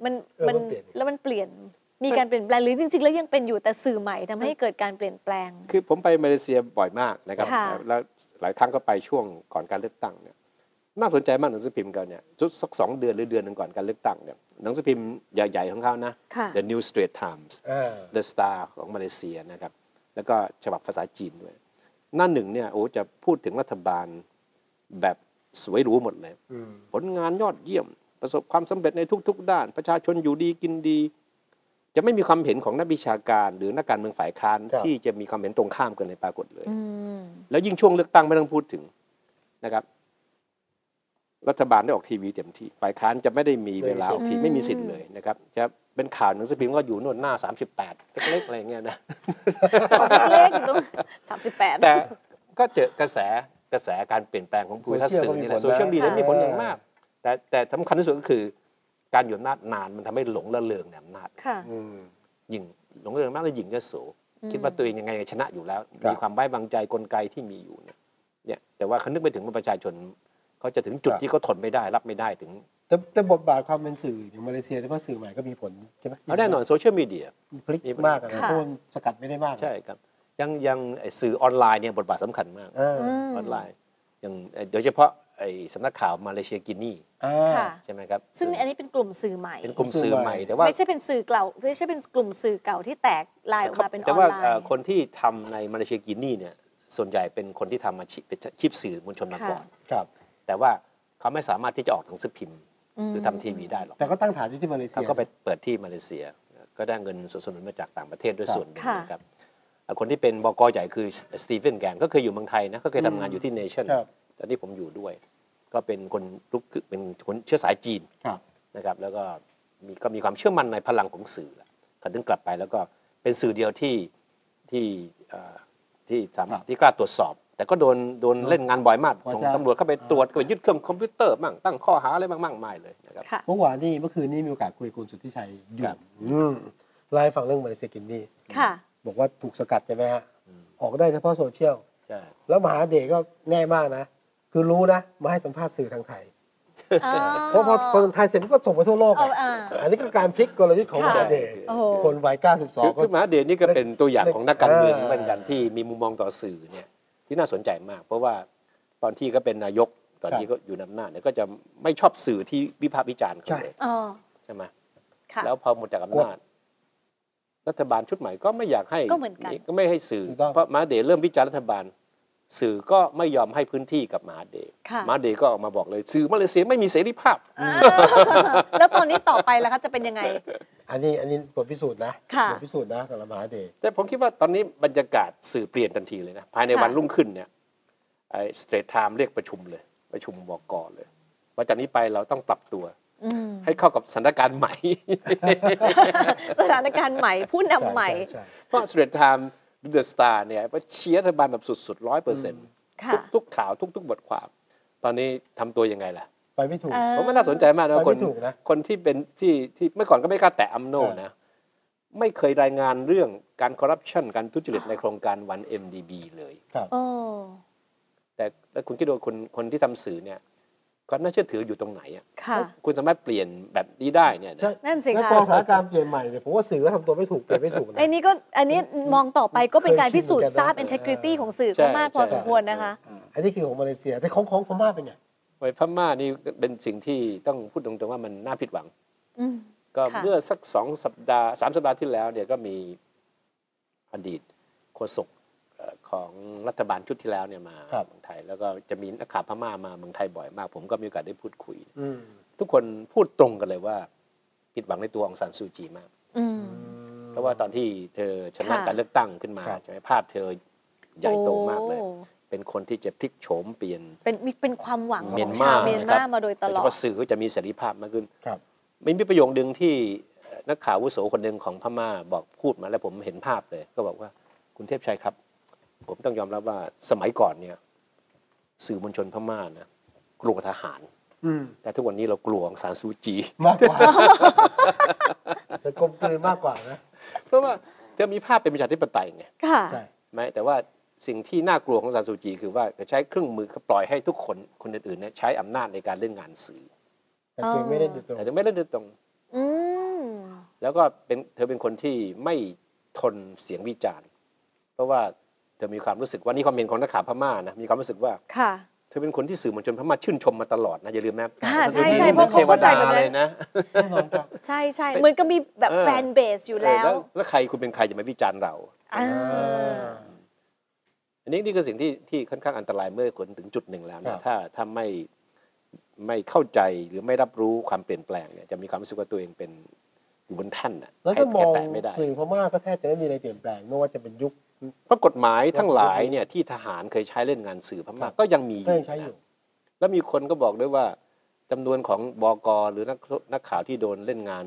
มัน เออ มัน มันเปลี่ยน แล้วมันเปลี่ยน มีการเปลี่ยนแปลงหรือจริงๆ แล้วยังเป็นอยู่แต่สื่อใหม่ทำให้เกิดการเปลี่ยนแปลง คือผมไปมาเลเซียบ่อยมากนะครับ ค่ะ แล้วหลายครั้งก็ไปช่วงก่อนการเลือกตั้งเนี่ยน่าสนใจมากหนังสือพิมพ์เขาเนี่ยสักสองเดือนหรือเดือนหนึ่งก่อนการเลือกตั้งเนี่ยหนังสือพิมพ์ใหญ่ๆของเขานะ ค่ะ The New Straits Times อ่า The Star ของมาเลเซียนะครับ แล้วก็ฉบับภาษาจีนด้วย หน้าหนึ่งเนี่ยโอ้จะพูดถึงรัฐบาลแบบสวยหรูหมดเลย อืม ผลงานยอดเยี่ยม ประสบความสำเร็จในทุก ๆ ด้าน ประชาชนอยู่ดีกินดี จะไม่มีความเห็นของนักวิชาการหรือนักการเมืองฝ่ายค้าน ครับ ที่จะมีความเห็นตรงข้ามกันในปรากฏเลย อืม แล้วยิ่งช่วงเลือกตั้งไม่ต้องพูดถึงนะครับ รัฐบาลได้ออกทีวีเต็มที่ฝ่ายค้านจะไม่ได้มีเวลาออกทีวี อืม ไม่มีสิทธิ์เลยนะครับจะเป็นข่าวหนังสือพิมพ์ก็อยู่โน่นหน้า 38 เล็กๆอะไรอย่างเงี้ยนะ เลขอยู่ตรง สามสิบแปด แต่ก็เจอกระแสกระแสการเปลี่ยนแปลงของภูมิทัศน์สื่อนี่แหละโซเชียลมีเดีย ค่ะ มีผลอย่างมาก แต่แต่สำคัญที่สุดก็คือ การอยู่อำนาจนานมันทำให้หลงระเริงในอำนาจ ค่ะ อืม ยิงหลงระเริงมากแล้วยิงยโส คิดว่าตัวเองยังไงชนะอยู่แล้ว ครับ มีความไว้วางใจกลไกที่มีอยู่เนี่ยเนี่ยแต่ว่าเขานึกไปถึงว่าประชาชนเขาจะถึงจุด ครับ ที่เขาทนไม่ได้รับไม่ได้ถึง แต่แต่บทบาทความเป็นสื่ออย่างมาเลเซียโดยเฉพาะสื่อใหม่ก็มีผลใช่ไหม เอาแน่นอนโซเชียลมีเดีย มันพลิก มีผล มากอะนะ ค่ะ เพราะมันสกัดไม่ได้มาก ใช่ครับยังยังไอ้สื่อออนไลน์เนี่ยบทบาทสำคัญมาก เอออ ม ออนไลน์อย่างเอ่อโดยเฉพาะ ไอสำนักข่าวมาเลเซียกินี อ่า ค่ะ ใช่ไหมครับ ซึ่งอันนี้เป็นกลุ่มสื่อใหม่ เป็นกลุ่มสื่อใหม่แต่ว่า ไม่ใช่เป็นสื่อเก่าไม่ใช่เป็นกลุ่มสื่อเก่าที่แตกลายออกมาเป็นอ แต่ อน ว่า ไล เอ่อ น์ คนที่ทำในมาเลเซียกินีเนี่ยส่วนใหญ่เป็นคนที่ทำอาชีพเป็นอาชีพสื่อมวลชนมาก่อน ครับ แต่ว่าเขาไม่สามารถที่จะออกหนังสือพิมพ์ ม หรือทำทีวีได้หรอก แต่ก็ตั้งฐานอยู่ที่มาเลเซียเขาก็ไปเปิดที่มาเลเซีย ก็ได้เงินสนับสนุนมาจากต่างประเทศด้วย ครับ ส่วนหนึ่งนะครับเอ่อคนที่เป็นบกใหญ่คือสตีเฟนแกนก็เคยอยู่เมืองไทยนะก็เคยทำงานอยู่ที่เนชั่น ครับ ตอนที่ผมอยู่ด้วย ก็เป็นคนลุกขึ้นเป็นคนเชื้อสายจีน ครับ นะครับแล้วก็มีก็มีความเชื่อมั่นในพลังของสื่อแหละเขาถึงกลับไปแล้วก็เป็นสื่อเดียวที่ที่เอ่อที่สามารคถรับ ที่กล้าตรวจสอบ แต่ก็โดนโดน โดน เล่นงานบ่อยมาก กว่า ส่ง จะ ตำรวจเข้าไปตรวจก็ไปยึดเครื่องคอมพิวเตอร์มั่งตั้งข้อหาอะไรมั่งมากมายเลยนะครับ ค่ะ เมื่อวานนี้เมื่อคืนนี้มีโอกาสคุยกับคุณสุทธิชัยอยู่ ครับ อืมไล่าให้ฟังเรื่องมาเลเซียกินนี่ ค่ะ บอกว่าถูกสกัดใช่ไหมฮะ อืม ออกได้เฉพาะโซเชียล ใช่ แล้วมหาเดชก็แน่มากนะ คือรู้นะ มาให้สัมภาษณ์สื่อทางไทย เพราะพอคนไทยเสร็จมันก็ส่งไปทั่วโลก เอา อะ อ่า อันนี้ก็การพลิกกลยุทธ์ของม ค่ะ หาเดช โอ้โห คนวัย คือ 92 ก็ คือมหาเดชนี่ก็เป็นตัวอย่างของนักการเมือง เออ เหมือนกันที่มีมุมมองต่อสื่อเนี่ยที่น่าสนใจมาก เพราะว่าตอนที่ก็เป็นนายกตอนที่ก็อยู่ในอำนาจเนี่ยก็จะไม่ชอบสื่อที่วิพากษ์วิจารณ์เขาเลย อ๋อ ใช่ไหม ค่ะ แล้วพอหมดจากอำนาจรัฐบาลชุดใหม่ก็ไม่อยากให้ ก็เหมือนกัน ก็ไม่ให้สื่อ ถูกต้อง เพราะมหาเดชเริ่มวิจารณ์รัฐบาล สื่อก็ไม่ยอมให้พื้นที่กับมหาเดช ค่ะ มหาเดชก็ออกมาบอกเลย สื่อมาเลเซียไม่มีเสรีภาพ อ่ าแล้วตอนนี้ต่อไปล่ะคะจะเป็นยังไง อันนี้อันนี้บทพิสูจน์นะ ค่ะ บทพิสูจน์นะสำหรับมหาเดช แต่ผมคิดว่าตอนนี้บรรยากาศสื่อเปลี่ยนทันทีเลยนะ ภายใน ค่ะ วันรุ่งขึ้นเนี่ยไอ้สเตรทไทม์เรียกประชุมเลย ประชุมบกเลย ว่าจากนี้ไปเราต้องปรับตัว อืม ให้เข้ากับสถานการณ์ใหม่ สถานการณ์ใหม่ผู้นำใหม่ ใช่ เพราะสเตรทไทม์ดูเดอะสตาร์เนี่ยว่าเชียร์รัฐบาลแบบสุดๆร้อยเปอร์เซ็นต์ ค่ะ ทุกทุกข่าวทุกทุกบทความ ตอนนี้ทำตัวยังไงล่ะ ๆไปไม่ถูก เออ ผมว่าน่าสนใจมากนะ ไป ค ไม่ น ถูกนะ คนที่เป็นที่ที่เมื่อก่อนก็ไม่กล้าแตะอัมโนนะ ไม่เคยรายงานเรื่องการคอร์รัปชันการทุจริตในโครงการวันเอ็มดีบีเลย โอ้ แต่แล้วคุณคิดดูคนคนที่ทำสื่อเนี่ยความน่าเชื่อถืออยู่ตรงไหนอะ ค่ะ คุณสามารถเปลี่ยนแบบนี้ได้เนี่ยนะ ใช่ นั่นสิ แล้ว คะ พอสถานการณ์เปลี่ยนใหม่เนี่ยผมว่าสื่อก็ทำตัวไม่ถูกเปลี่ยนไม่ถูกนะ ไอ้นี่ก็อันนี้มองต่อไปก็เป็นการพิสูจน์ทราบ เคยชินเหมือนกันนะ integrity ของสื่อก็มากพอสมควรนะคะ อ่าอันนี้คือของมาเลเซียแต่ของของพม่าเป็นไง ไว้พม่านี่เป็นสิ่งที่ต้องพูดตรงๆว่ามันน่าผิดหวัง อืม ก็ ค่ะ เมื่อสักสองสัปดาห์สามสัปดาห์ที่แล้วเนี่ยก็มีอดีตโฆษกเอ่อของรัฐบาลชุดที่แล้วเนี่ยมา ครับ เมืองไทย แล้วก็จะมีนักข่าวพม่ามาเมืองไทยบ่อยมาก ผมก็มีโอกาสได้พูดคุย อืม ทุกคนพูดตรงกันเลยว่าผิดหวังในตัวองซานซูจีมาก อืม เพราะว่าตอนที่เธอชนะ ค่ะ การเลือกตั้งขึ้นมา ครับ ใช่ไหมภาพเธอใหญ่โตมากเลย โอ้ เป็นคนที่จะพลิกโฉมเปลี่ยน เป็นมีเป็นความหวังข เมีย อน ง มา ชาวเมียนมามาโดยตล โดอยเฉด พาะสื่อก็จะมีเสรีภาพมากขึ้น ครับ มันมีประโยคหนึ่งที่เอ่อนักข่าวอาวุโสคนหนึ่งของพม่าบอกพูดมาแล้วผมเห็นภาพเลย ก็บอกว่าคุณเทพชัยครับ ผมต้องยอมรับว่าสมัยก่อนเนี่ย สื่อมวลชนพม่านะกลัวทหาร อืม แต่ทุกวันนี้เรากลัวองซานซูจี มาก กว่าแต่กลมกลืนมากกว่านะ เพราะว่าเธอมีภาพเป็นประชาธิปไตยไง ค่ะ ใช่ ไหมแต่ว่าสิ่งที่น่ากลัวขององซานซูจี คือว่าจะใช้เครื่องมือปล่อยให้ทุกคนคนอื่นๆเนี่ยใช้อำนาจในการเล่นงานสื่อ แต่ตัวเองไม่ได้ดูตรง แต่จะไม่เล่นโดยตรง อืม แล้วก็เป็นเธอเป็นคนที่ไม่ทนเสียงวิจารณ์ เพราะว่าเธอมีความรู้สึกว่านี่ความเห็นของนักข่าวพม่านะมีความรู้สึกว่า ค่ะ เธอเป็นคนที่สื่อมวลชนพม่าชื่นชมมาตลอดนะอย่าลืมนะ อ่าใช่ ธอป็น ใช่เพราะเขาเข้าใจแบบนั้น เลยนะ แน่นอนครับ ใช่ใช่เหมือนก็มีแบบ เออ แฟนเบสอยู่แล้ว เออแล้วใครคุณเป็นใครจะมาวิจารณ์เรา อ่า อันนี้นี่คือสิ่งที่ที่ค่อนข้างอันตรายเมื่อคนถึงจุดหนึ่งแล้ควรั นะ บ ถ้าถ้าไม่ไม่เข้าใจหรือไม่รับรู้ความเปลี่ยนแปลงเนี่ยจะมีความรู้สึกว่าตัวเองเป็นอยู่บนแท่นน่ะ แล้วถ้ามอง ใครแตะไม่ได้ สื่อพม่าก็แทบจะไม่มีอะไรเปลี่ยนแปลงไม่ว่าจะเป็นยุค เพราะกฎหมายทั้งหลายเนี่ยที่ทหารเคยใช้เล่นงานสื่อคพรั ม่า บ ก็ยังมีอ ก็ ยู่ ยังใช้อยู่ นะแล้วมีคนก็บอกด้วยว่าจำนวนของบกหรือนักนักข่าวที่โดนเล่นงาน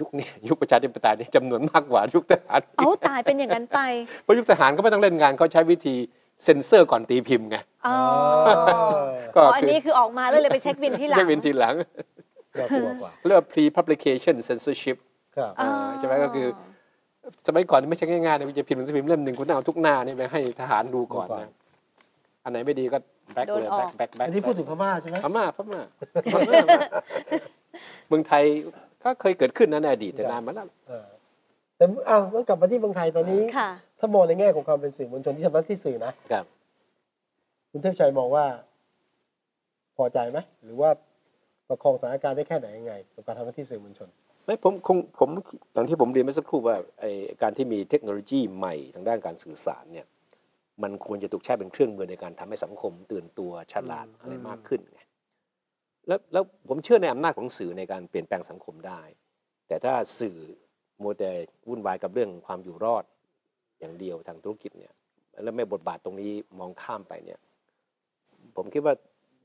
ยุคนี้ ยุคประชาธิปไตยเนี่ยจำนวนมากกว่ายุคทหารอี เอา ก ตายเป็นอย่างนั้นไป เพราะยุคทหารก็ไม่ต้องเล่นงานเขาใช้วิธีเซ็นเซอร์ก่อนตีพิมพ์ไง อ๋อ ก็ อ๋ออันนี้คือออกมาแล้วเลยไปเช็คบินที่หลัง เช็คบินทีหลัง น่ากลัวกว่า เรียกว่า pre publication censorship ครับ อ่าใช่ไหมก็คือ สมัยก่อนนไม่ใช่ง่ายๆนะมันจะพิมพ์หนังสือพิมพ์เล่มหนึ่งคุณต้องเอาทุกหน้าเนี่ยไปให้ทหารดูก่อนนะอันไหนไม่ดีก็แบ็ค โดน เลย ออ แบ็ ก คแบ็คแบ็ค อันนี้พูดถึงพม่าใช่ไหม พม่าพม่าพม่าเมืองไทยก็เคยเกิดขึ้นนะในอดีตแต่ ครับ นานมาแล้ว เออแต่อ้าวแล้วกลับมาที่เมืองไทยตอนนี้ ค่ะ ถ้ามองในแง่ของความเป็นสื่อมวลชนที่ทำหน้าที่สื่อนะครับ คุณเทพชัยมองว่า พอใจไหมหรือว่าประคองสถานการณ์ได้แค่ไหนยังไงกับการทำหน้าที่สื่อมวลชน ไม่ผมคงผมอย่างที่ผมเรียนเมื่อสักครู่ว่าไอการที่มีเทคโนโลยีใหม่ทางด้านการสื่อสารเนี่ยมันควรจะถูกใช้เป็นเครื่องมือในการทำให้สังคมตื่นตัวฉลาด อืม อะไรมากขึ้นไงแล้วแล้วผมเชื่อในอำนาจของสื่อในการเปลี่ยนแปลงสังคมได้ แต่ถ้าสื่อมัวแต่วุ่นวายกับเรื่องความอยู่รอดอย่างเดียวทางธุรกิจเนี่ย แล้วไม่บทบาทตรงนี้มองข้ามไปเนี่ย ผมคิดว่า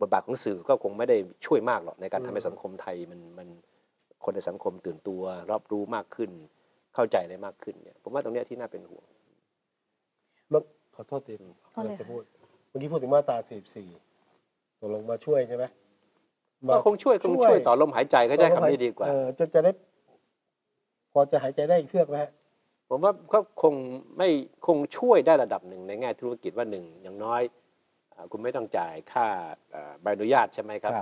บทบาทของสื่อก็คงไม่ได้ช่วยมากหรอกในการ อืม ทำให้สังคมไทยมันมันคนในสังคมตื่นตัว รอบรู้มากขึ้น เข้าใจอะไรมากขึ้นเนี่ย ผมว่าตรงเนี้ยที่น่าเป็นห่วง เมื่อขอโทษที เอากำเลยลังจะ ค่ะ พูดเมื่อกี้พูดถึงมาตรา44ตกลงมาช่วยใช่ไหม ก็คงช่วยคงช่วยต่อลมหายใจก็ใช้คำนี้ดีกว่า เออจะจะได้ พอจะหายใจได้อีกเพือกไหมฮะ ผมว่าก็คงไม่คงช่วยได้ระดับหนึ่งในแง่ธุรกิจว่าหนึ่งอย่างน้อยอ่าคุณไม่ต้องจ่ายค่าอ่าใบอนุญาตใช่ไหมครับ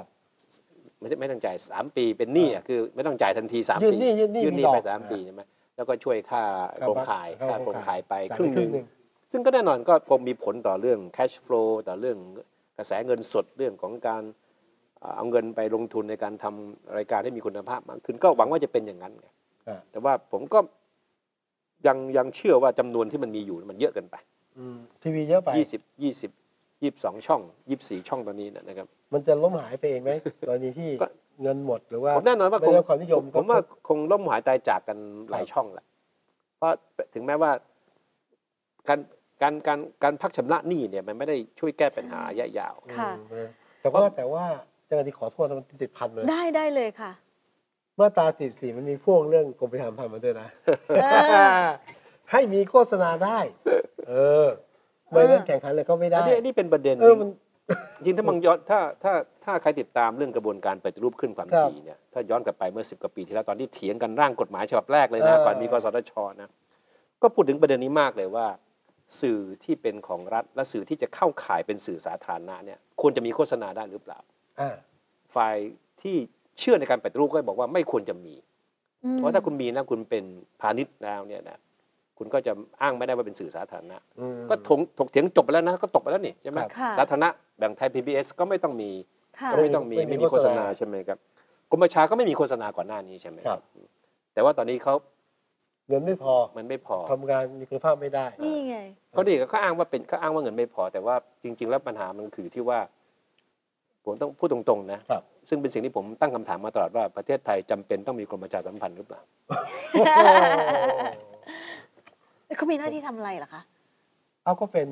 ไม่ไม่ต้องจ่ายสามปีเป็นหนี้อ่ะคือ ไม่ต้องจ่ายทันทีสาม ยื่ ปี นหนี้ยื่นหนี้ ยื่นหนี้ มีดอก ไปสามปีใช่ไหมแล้วก็ช่วยค่าโครงข่าย ครับ ค่าโครงข่ายไป จ่ายไป ครึ่งหนึ่ครึ่งงหนึ่ง ซึ่งก็แน่นอนก็คงมีผลต่อเรื่อง cash flow ต่อเรื่องกระแสเงินสดเรื่องของการอ่าเอาเงินไปลงทุนในการทำรายการให้มีคุณภาพมากขึ้นก็หวังว่าจะเป็นอย่างนั้นไง อ่า แต่ว่าผมก็ยังยังเชื่อว่าจำนวนที่มันมีอยู่มันเยอะเกินไป อืมทีวีเยอะไป 20 20 22 ช่อง 24 ช่องตอนนี้เนยนะครับ มันจะล้มหายไปเองไหม กรณีที่ ก็ เงินหมดหรือว่า ผมแน่นอนว่า ไม่ คง ได้รับความนิยม ผมว่า ก็ คงล่มหายตายจากกันหลาย ครับ ช่องแหละเพราะถึงแม้ว่าการการการการพักชำระหนี้เนี่ยมันไม่ได้ช่วยแก้ปัญหาระยะยาว ค่ะ อืมแต่ว่าแต่ว่าเจ้าหน้าที่ขอโทษนะมันติดพันเลย ได้ได้เลยค่ะ มาตรา44 มันมีพ่วงเรื่องกรมประชาสัมพันธ์มาด้วย นะ เออ ให้มีโฆษณาได้ เออไม่เล่นแข่งขันเลยก็ไม่ อั ได้ นนี้อันนี้เป็นประเด็น เออมัน จริงๆถ้ามังย้อนถ้าถ้าถ้าใครติดตามเรื่องกระบวนการปฏิรูปขึ้นความ ครับ ถี่เนี่ยถ้าย้อนกลับไปเมื่อสิบกว่าปีที่แล้วตอนที่เถียงกันร่างกฎหมายฉบับแรกเลยนะ เออ ก่อนมีกสทชนะก็พูดถึงประเด็นนี้มากเลยว่า สื่อที่เป็นของรัฐและสื่อที่จะเข้าข่ายเป็นสื่อสาธารณะเนี่ยควรจะมีโฆษณาได้หรือเปล่า อ่า ฝ่ายที่เชื่อในการปฏิรูปก็บอกว่าไม่ควรจะมี อืม เพราะถ้าคุณมีนะคุณเป็นพาณิชย์แล้วเนี่ยนะคุณก็จะอ้างไม่ได้ว่าเป็นสื่อสาธารณะ อืม ก็ถงถกเถียงจบไปแล้วนะก็ตกไปแล้วนี่ใช่ไหม ครับ ค่ะ สาธารณะแบ่งไทย PBS ก็ไม่ต้องมี ค่ะ ก็ไม่ต้องมี ไม่มี ไม่มีโฆษณา โฆษณา ใช่ไหมครับกรมประชาก็ไม่มีโฆษณาก่อนหน้านี้ใช่ไหม ครับ แต่ว่าตอนนี้เขา เงินไม่พอ มันไม่พอ ทำงานมีคุณภาพไม่ได้ นี่ไง เขาดีเขาอ้างว่าเป็นเขาอ้างว่าเงินไม่พอ แต่ว่าจริง ๆ แล้วปัญหามันคือที่ว่า ผมต้องพูดตรงๆนะครับ ซึ่งเป็นสิ่งที่ผมตั้งคำถามมาตลอดว่าประเทศไทยจำเป็นต้องมีกรมประชาสัมพันธ์หรือเปล่า เขามีหน้าที่ทำอะไรเหรอคะ เอาก็เป็น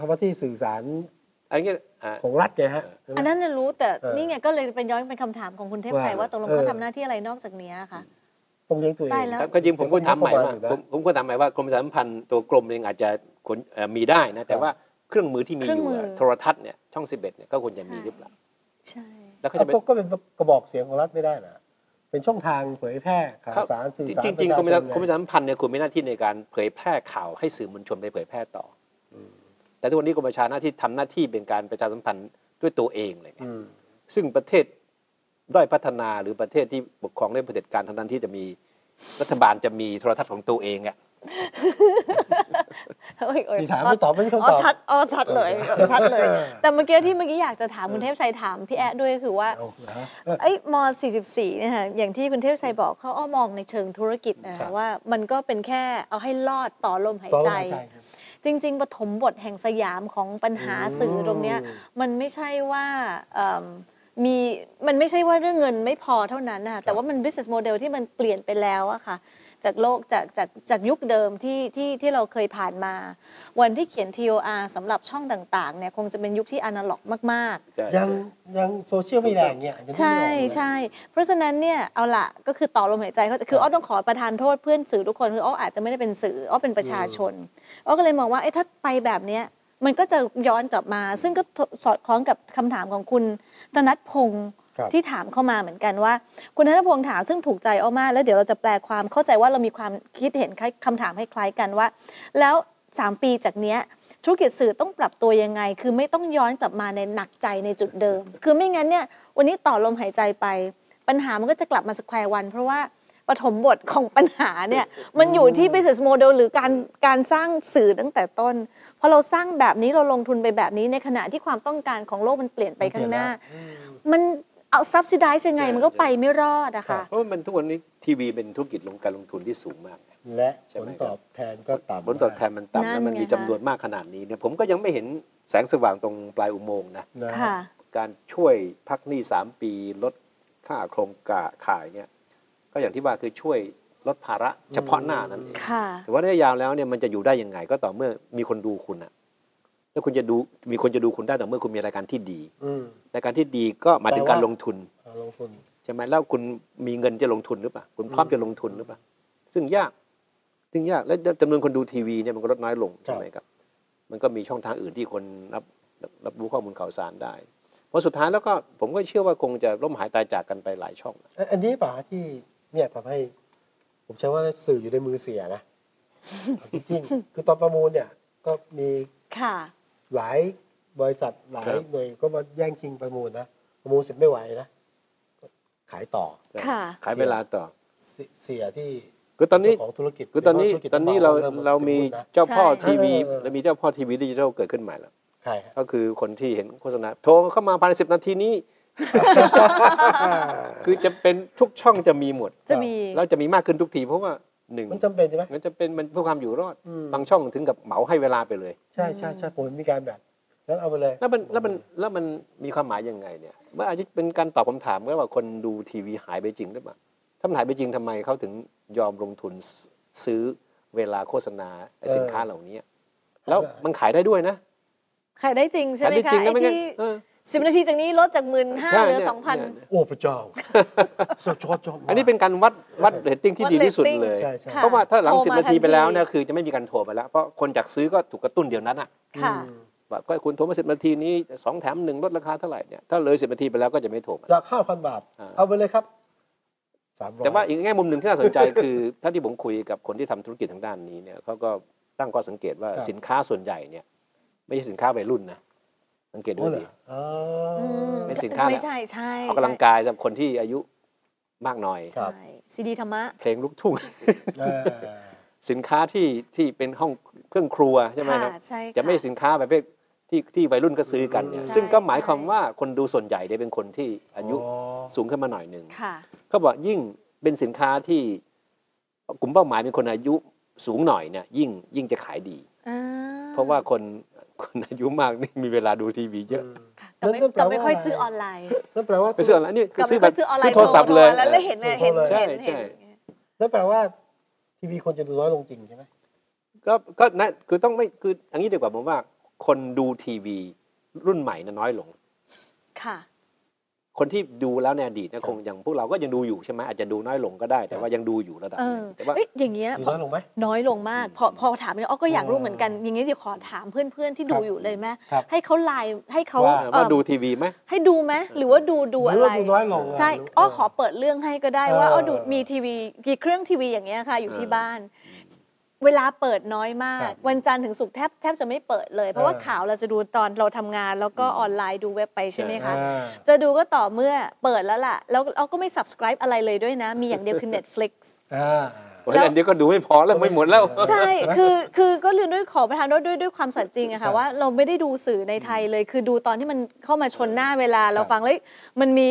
คำว่าที่สื่อสาร อันนี้อ่า ของรัฐไงฮะใช่ไหม อันนั้นน่ะรู้แต่ เออ นี่ไงก็เลยเป็นย้อนเป็นคำถามของคุณเทพ ว่า ชัยว่าตกลง เออ เขาทำหน้าที่อะไรนอกจากเนี้ยค่ะ ต้องเลี้ยงตัวเอง ตายแล้ว ครับก็จริงผมก็ถามใหม่ว่า เดี๋ยวก็มีงบประมาณอยู่นะ ผมผมก็ถามใหม่ว่ากรมสาธารณสัมพันธ์ตัวกรมเองอาจจะขนเอ่อมีได้นะ แต่ว่าเครื่องมือที่มีอ เครื่อง ยู่ มือ อะโทรทัศน์เนี่ยช่อง 11เนี่ยก็ควรจะมีหรือเปล่า ใช่ ใช่ แล้วก็ เอา จะเป็น ก็ก็เป็นกระบอกเสียงของรัฐไม่ได้นะเป็นช่องทางเผยแพร่ข่าวสารสื่อสาร จริงจริงๆกรม ปะ สา ชาชธารณ น กรมสาธารณสัมพันธ์เนี่ยควรมีหน้าที่ในการเผยแพร่ข่าวให้สื่อมวลชนไปเผยแพร่ต่ออแต่ทุกวันนี้กรมประชาหน้าที่ทำหน้าที่เป็นการประชาสัมพันธ์ด้วยตัวเองเลยไง อืม ซึ่งประเทศด้อยพัฒนาหรือประเทศที่ปกครองด้วยเผด็จการทั้งนั้นที่จะมีรัฐบาลจะมีโทรทัศน์ของตัวเองอะ เอ้ยเอ้ย มีถามไม่ตอบไม่มีคำตอบ อชัดอ๋อชัดเลยเออชัดเลย แต่เมื่อกี้ที่เมื่อกี้อยากจะถามคุณเทพชัยถามพี่แอะด้วยก็คือว่า เอานะฮะ ไอ้ม44เนี่ยค่ะอย่างที่คุณเทพชัยบอกเขาเอามองในเชิงธุรกิจนะ ครั คะ บ ว่ามันก็เป็นแค่เอาให้รอดต่อลมหาย ต่อล ใจ มหายใจครับ จริง ๆปฐมบทแห่งสยามของปัญหา อืม สื่อตรงเนี้ยมันไม่ใช่ว่าเอิ่มมีมันไม่ใช่ว่าเรื่องเงินไม่พอเท่านั้นนะคะแต่ว่ามัน business model ที่มันเปลี่ยนไปแล้วอะค่ะ จากโลกจากจากจากยุคเดิมที่ที่ที่เราเคยผ่านมา วันที่เขียน TOR สำหรับช่องต่างๆเนี่ยคงจะเป็นยุคที่อนาล็อกมาก ๆ ยังยังโซเชียลไม่แรงเนี่ยยังไม่ ใช่ แรงเลย ใช่ เพราะฉะนั้นเนี่ยเอาละก็คือต่อลมหายใจเขาคืออ้อต้องขอประทานโทษเพื่อนสื่อทุกคนคืออ้ออาจจะไม่ได้เป็นสื่ออ้อเป็นประชาชนอ้อก็เลยมองว่าเอ้ถ้าไปแบบเนี้ยมันก็จะย้อนกลับมา ซึ่งก็สอดคล้องกับคำถามของคุณธนัทพงศ์ ครับ ที่ถามเข้ามาเหมือนกันว่า คุณธนัทพงศ์ถามซึ่งถูกใจอ้อมากแล้วเดี๋ยวเราจะแปลความเข้าใจว่าเรามีความคิดเห็นคล้ายคำถามคล้ายๆกันว่า แล้วสามปีจากเนี้ย ธุรกิจสื่อต้องปรับตัวยังไง คือไม่ต้องย้อนกลับมาในหนักใจในจุดเดิม คือไม่งั้นเนี่ย วันนี้ต่อลมหายใจไป ปัญหามันก็จะกลับมาสแควร์วัน เพราะว่า ปฐมบทของปัญหา เนี่ย มันอยู่ที่ business model หรือการการสร้างสื่อตั้งแต่ต้น เพราะเราสร้างแบบนี้เราลงทุนไปแบบนี้ในขณะที่ความต้องการของโลกมันเปลี่ยนไปข้างหน้า มันเอา subsidize ยังไงมันก็ไปไม่รอดอะค่ะ เพราะว่ามันทุกวันนี้ทีวีเป็นธุรกิจลงการลงทุนที่สูงมาก และผใช่ไห ล ม ตอบแทนก็ต่ำ ผลตอบแทนมันต่ำ นั่ แล้ว น มันมี ไง จำ คะ นวนมากขนาดนี้เนี่ยผมก็ยังไม่เห็นแสงสว่างตรงปลายอุโมงค์นะ นะ ค่ะ การช่วยพักหนี้ 3 ปีลดค่าโครงการขายเนี่ยก็อย่างที่ว่าคือช่วยลดภาระเฉพาะหน้านั่นเอง ค่ะ แต่ว่าระยะยาวแล้วเนี่ยมันจะอยู่ได้ยังไงก็ต่อเมื่อมีคนดูคุณอะแล้วคุณจะดูมีคนจะดูคุณได้ต่อเมื่อคุณมีรายการที่ดี อืม รายการที่ดีก็หมายถึงการลงทุน เอาลงทุน ใช่ไหมแล้วคุณมีเงินจะลงทุนหรือเปล่าคุณพร้อม อืม จะลงทุนหรือเปล่าซึ่งยาก ซึ่งยากและจำนวนคนดูทีวีเนี่ยมันก็ลดน้อยลง ครั ใช่ บ ไหมครับ มันก็มีช่องทางอื่นที่คนรับรับรู้ข้อมูลข่าวสารได้ เพราะสุดท้ายแล้วก็ผมก็เชื่อว่าคงจะล่มหายตายจากกันไปหลายช่อง เอ้ยอันนี้ป่ะที่เนี่ยทำให้ ผมใช้ว่าสื่ออยู่ในมือเสีย นะเอาจริงๆคือตอนประมูลเนี่ย ก็มี ค่ะ หลายบริษัทหลา ค ย รับ หน่วยก็มาแย่งชิงประมูลนะประมูลเสร็จไม่ไหวนะก็ขายต่อ ค่ะ ขายเวลาต่อ เสเสียที่ คือตอนนี้ เจ้าของธุรกิจ คือตอนนี้ เจ้าขงธุรกิจ ตอนนี้เรา บกว่ เรามี ถือหุ้นนะ เจ้าพ่อ ใช่ ทีวี เออเออ เรามีเจ้าพ่อทีวีดิจิทัลเกิดขึ้นใหม่แล้ว ใครฮะ ก็คือคนที่เห็นโฆษณาโทรเข้ามาภายในสิบนาทีนี้ คือจะเป็นทุกช่องจะมีหมด จะมี แล้วจะมีมากขึ้นทุกทีเพราะว่าหนึ่ง มันจำเป็นใช่ไหม มันจะเป็นมันเพื่อความอยู่รอด อืม บางช่องถึงกับเหมาให้เวลาไปเลย ใช่ใช่ใช่ผมมีการแบบนั้นเอาไปเลย แล้วมันแล้วมันแล้วมันมีความหมายยังไงเนี่ยมันอาจจะเป็นการตอบคำถามก็ว่าคนดูทีวีหายไปจริงหรือเปล่าถ้ามันหายไปจริงทำไมเขาถึงยอมลงทุนซื้อเวลาโฆษณาไอ้สินค้าเหล่านี้แล้วมันขายได้ด้วยนะ ขายได้จริงใช่ ขาไหยม ได้ คะ จริงนะ ไอ้ ไม่งั้น ที่ เออ สิบนาทีจากนี้ลดจากหมื่นห้า ใช่ เหลือ เนี่ย สองพัน เนี่ย โอ้พระเจ้าชอบชอบชอบ อันนี้เป็นการวัดวัดเรตติ้งที่ดีที่สุดเลย ใช่ใช่ ค่ะ เพราะว่าถ้าหลัง โทรมา สิบนาทันทีที ไปแล้วเนี่ยคือจะไม่มีการโทรไปแล้ว เพราะคนจากซื้อก็ถูกกระตุ้นเดียวนั้นอ่ะ ค่ะ แบบก็คุณโทรมาสิบนาทีนี้สองแถมหนึ่งลดราคาเท่าไหร่เนี่ยถ้าเลยสิบนาทีไปแล้วก็จะไม่โทรมา ราคาพันบาท อ่า เอาไปเลยครับสามร้อย แต่ว่าอีกแง่มุมหนึ่งที่น่าสนใจ คือเท่าที่ผมคุยกับคนที่ทำธุรกิจทางด้านนี้เนี่ยเขาก็ตั้งข้อสังเกตว่า ครับ สินค้าส่วนใหญ่เนี่ย ไม่ใช่สินค้าวัยรุ่นนะสังเกตดู โอ้เหร ดี ออ๋ออ อืม เป็นสินค้า ไม่ใช่ใช่ ออกกำลังกายสำหรับคนที่อายุมากหน่อย ครับ ใช่ซีดีธรรมะ เพลงลูกทุ่ง อ่า สินค้าที่ที่เป็นห้องเครื่องครัวใช่ไหมครับ ค่ะใช่ค่ จะไม่สินค้าประเภทที่ที่วัยรุ่นก็ซื้อกันเนี่ย ใช่ ซึ่งก็หมาย ใช่ ความว่าคนดูส่วนใหญ่เนี่ยเป็นคนที่อายุสูงขึ้นมาหน่อยหนึ่ง ค่ะ เขาบอกยิ่งเป็นสินค้าที่กลุ่มเป้าหมายเป็นคนอายุสูงหน่อยเนี่ยยิ่งยิ่งจะขายดี อ่ เพราะว่าคนคนอายุมากนี่มีเวลาดูทีวีเยอะ ค่ะแต่ไม่ นั่นแปล แต่ ว่า ไม่ค่อยซื้อออนไลน์ นั่นแปลว่า ไปซื้ออะไรนี่ แต่ ซื้ ไม่ อแบ ค่อบ ยซื้อออนไล ซื้อ น์ โทรศัพท์เลย แล้วแล้วเห็นเนี่ยเห็น ใช่ เห็น ใช่ เห็น นั่นแปลว่า ทีวีคนจะดูน้อยลงจริงใช่ไหม ก็ก็นะคือต้องไม่คืออย่างนี้ดีกว่าผมว่าคนดูทีวีรุ่นใหม่น่ะน้อยลง ค่ะ คนที่ดูแล้วในอดีต ครั นะ บ คงอย่างพวกเราก็ยังดูอยู่ใช่ไหมอาจจะดูน้อยลงก็ได้ แต่ว่ายังดูอยู่ระดับ เอ หนึ อง แต่ว่า เอ้ยอย่างเงี้ย ดูน้อยลงไหม น้อยลงมาก พอพอถามเนี่ยอ้อก็อยากรู้เหมือนกัน อย่างเงี้ยเดี๋ยวขอถามเพื่อนๆที่ดู ครับ อยู่เลยไหม ครับ ให้เขาไลน์ให้เขา ว่า เอ่อ ว่าดูทีวีไหม ให้ดูไหมหรือว่าดูดูอะ ห ไร ว่าดูน้อยลง ใช่ ะ อ้อ หรื ขอเปิดเรื่องให้ก็ได้ เออ ว่าอ้อดูมีทีวีกี่เครื่องทีวีอย่างเงี้ยค่ะ อยู่ เออ ที่บ้าน เวลาเปิดน้อยมา ครั ก บ วันจันทร์ถึงศุกร์แทบแทบจะไม่เปิดเลย เพราะว่า เออ ข่าวเราจะดูตอนเราทำงาน แล้วก็ออนไลน์ดูเว็บไปใช่ไหมคะ อ่า จะดูก็ต่อเมื่อเปิดแล้วล่ะ แล้วเราก็ไม่ subscribe อะไรเลยด้วยนะ มีอย่างเดียว คือ Netflix อ่า โอ้ยอันเดียวก็ดูไม่พอแล้วไม่หมดแล้ว เออ ใช่ คือ คือก็เรียนด้วยขอประทานโทษด้วยด้วยความสัตย์จริงอะ ครั ค่ะ บ ว่าเราไม่ได้ดูสื่อในไทยเลย คือดูตอนที่มันเข้ามาชนหน้าเวลาเรา ครับ ฟังเลยมันมี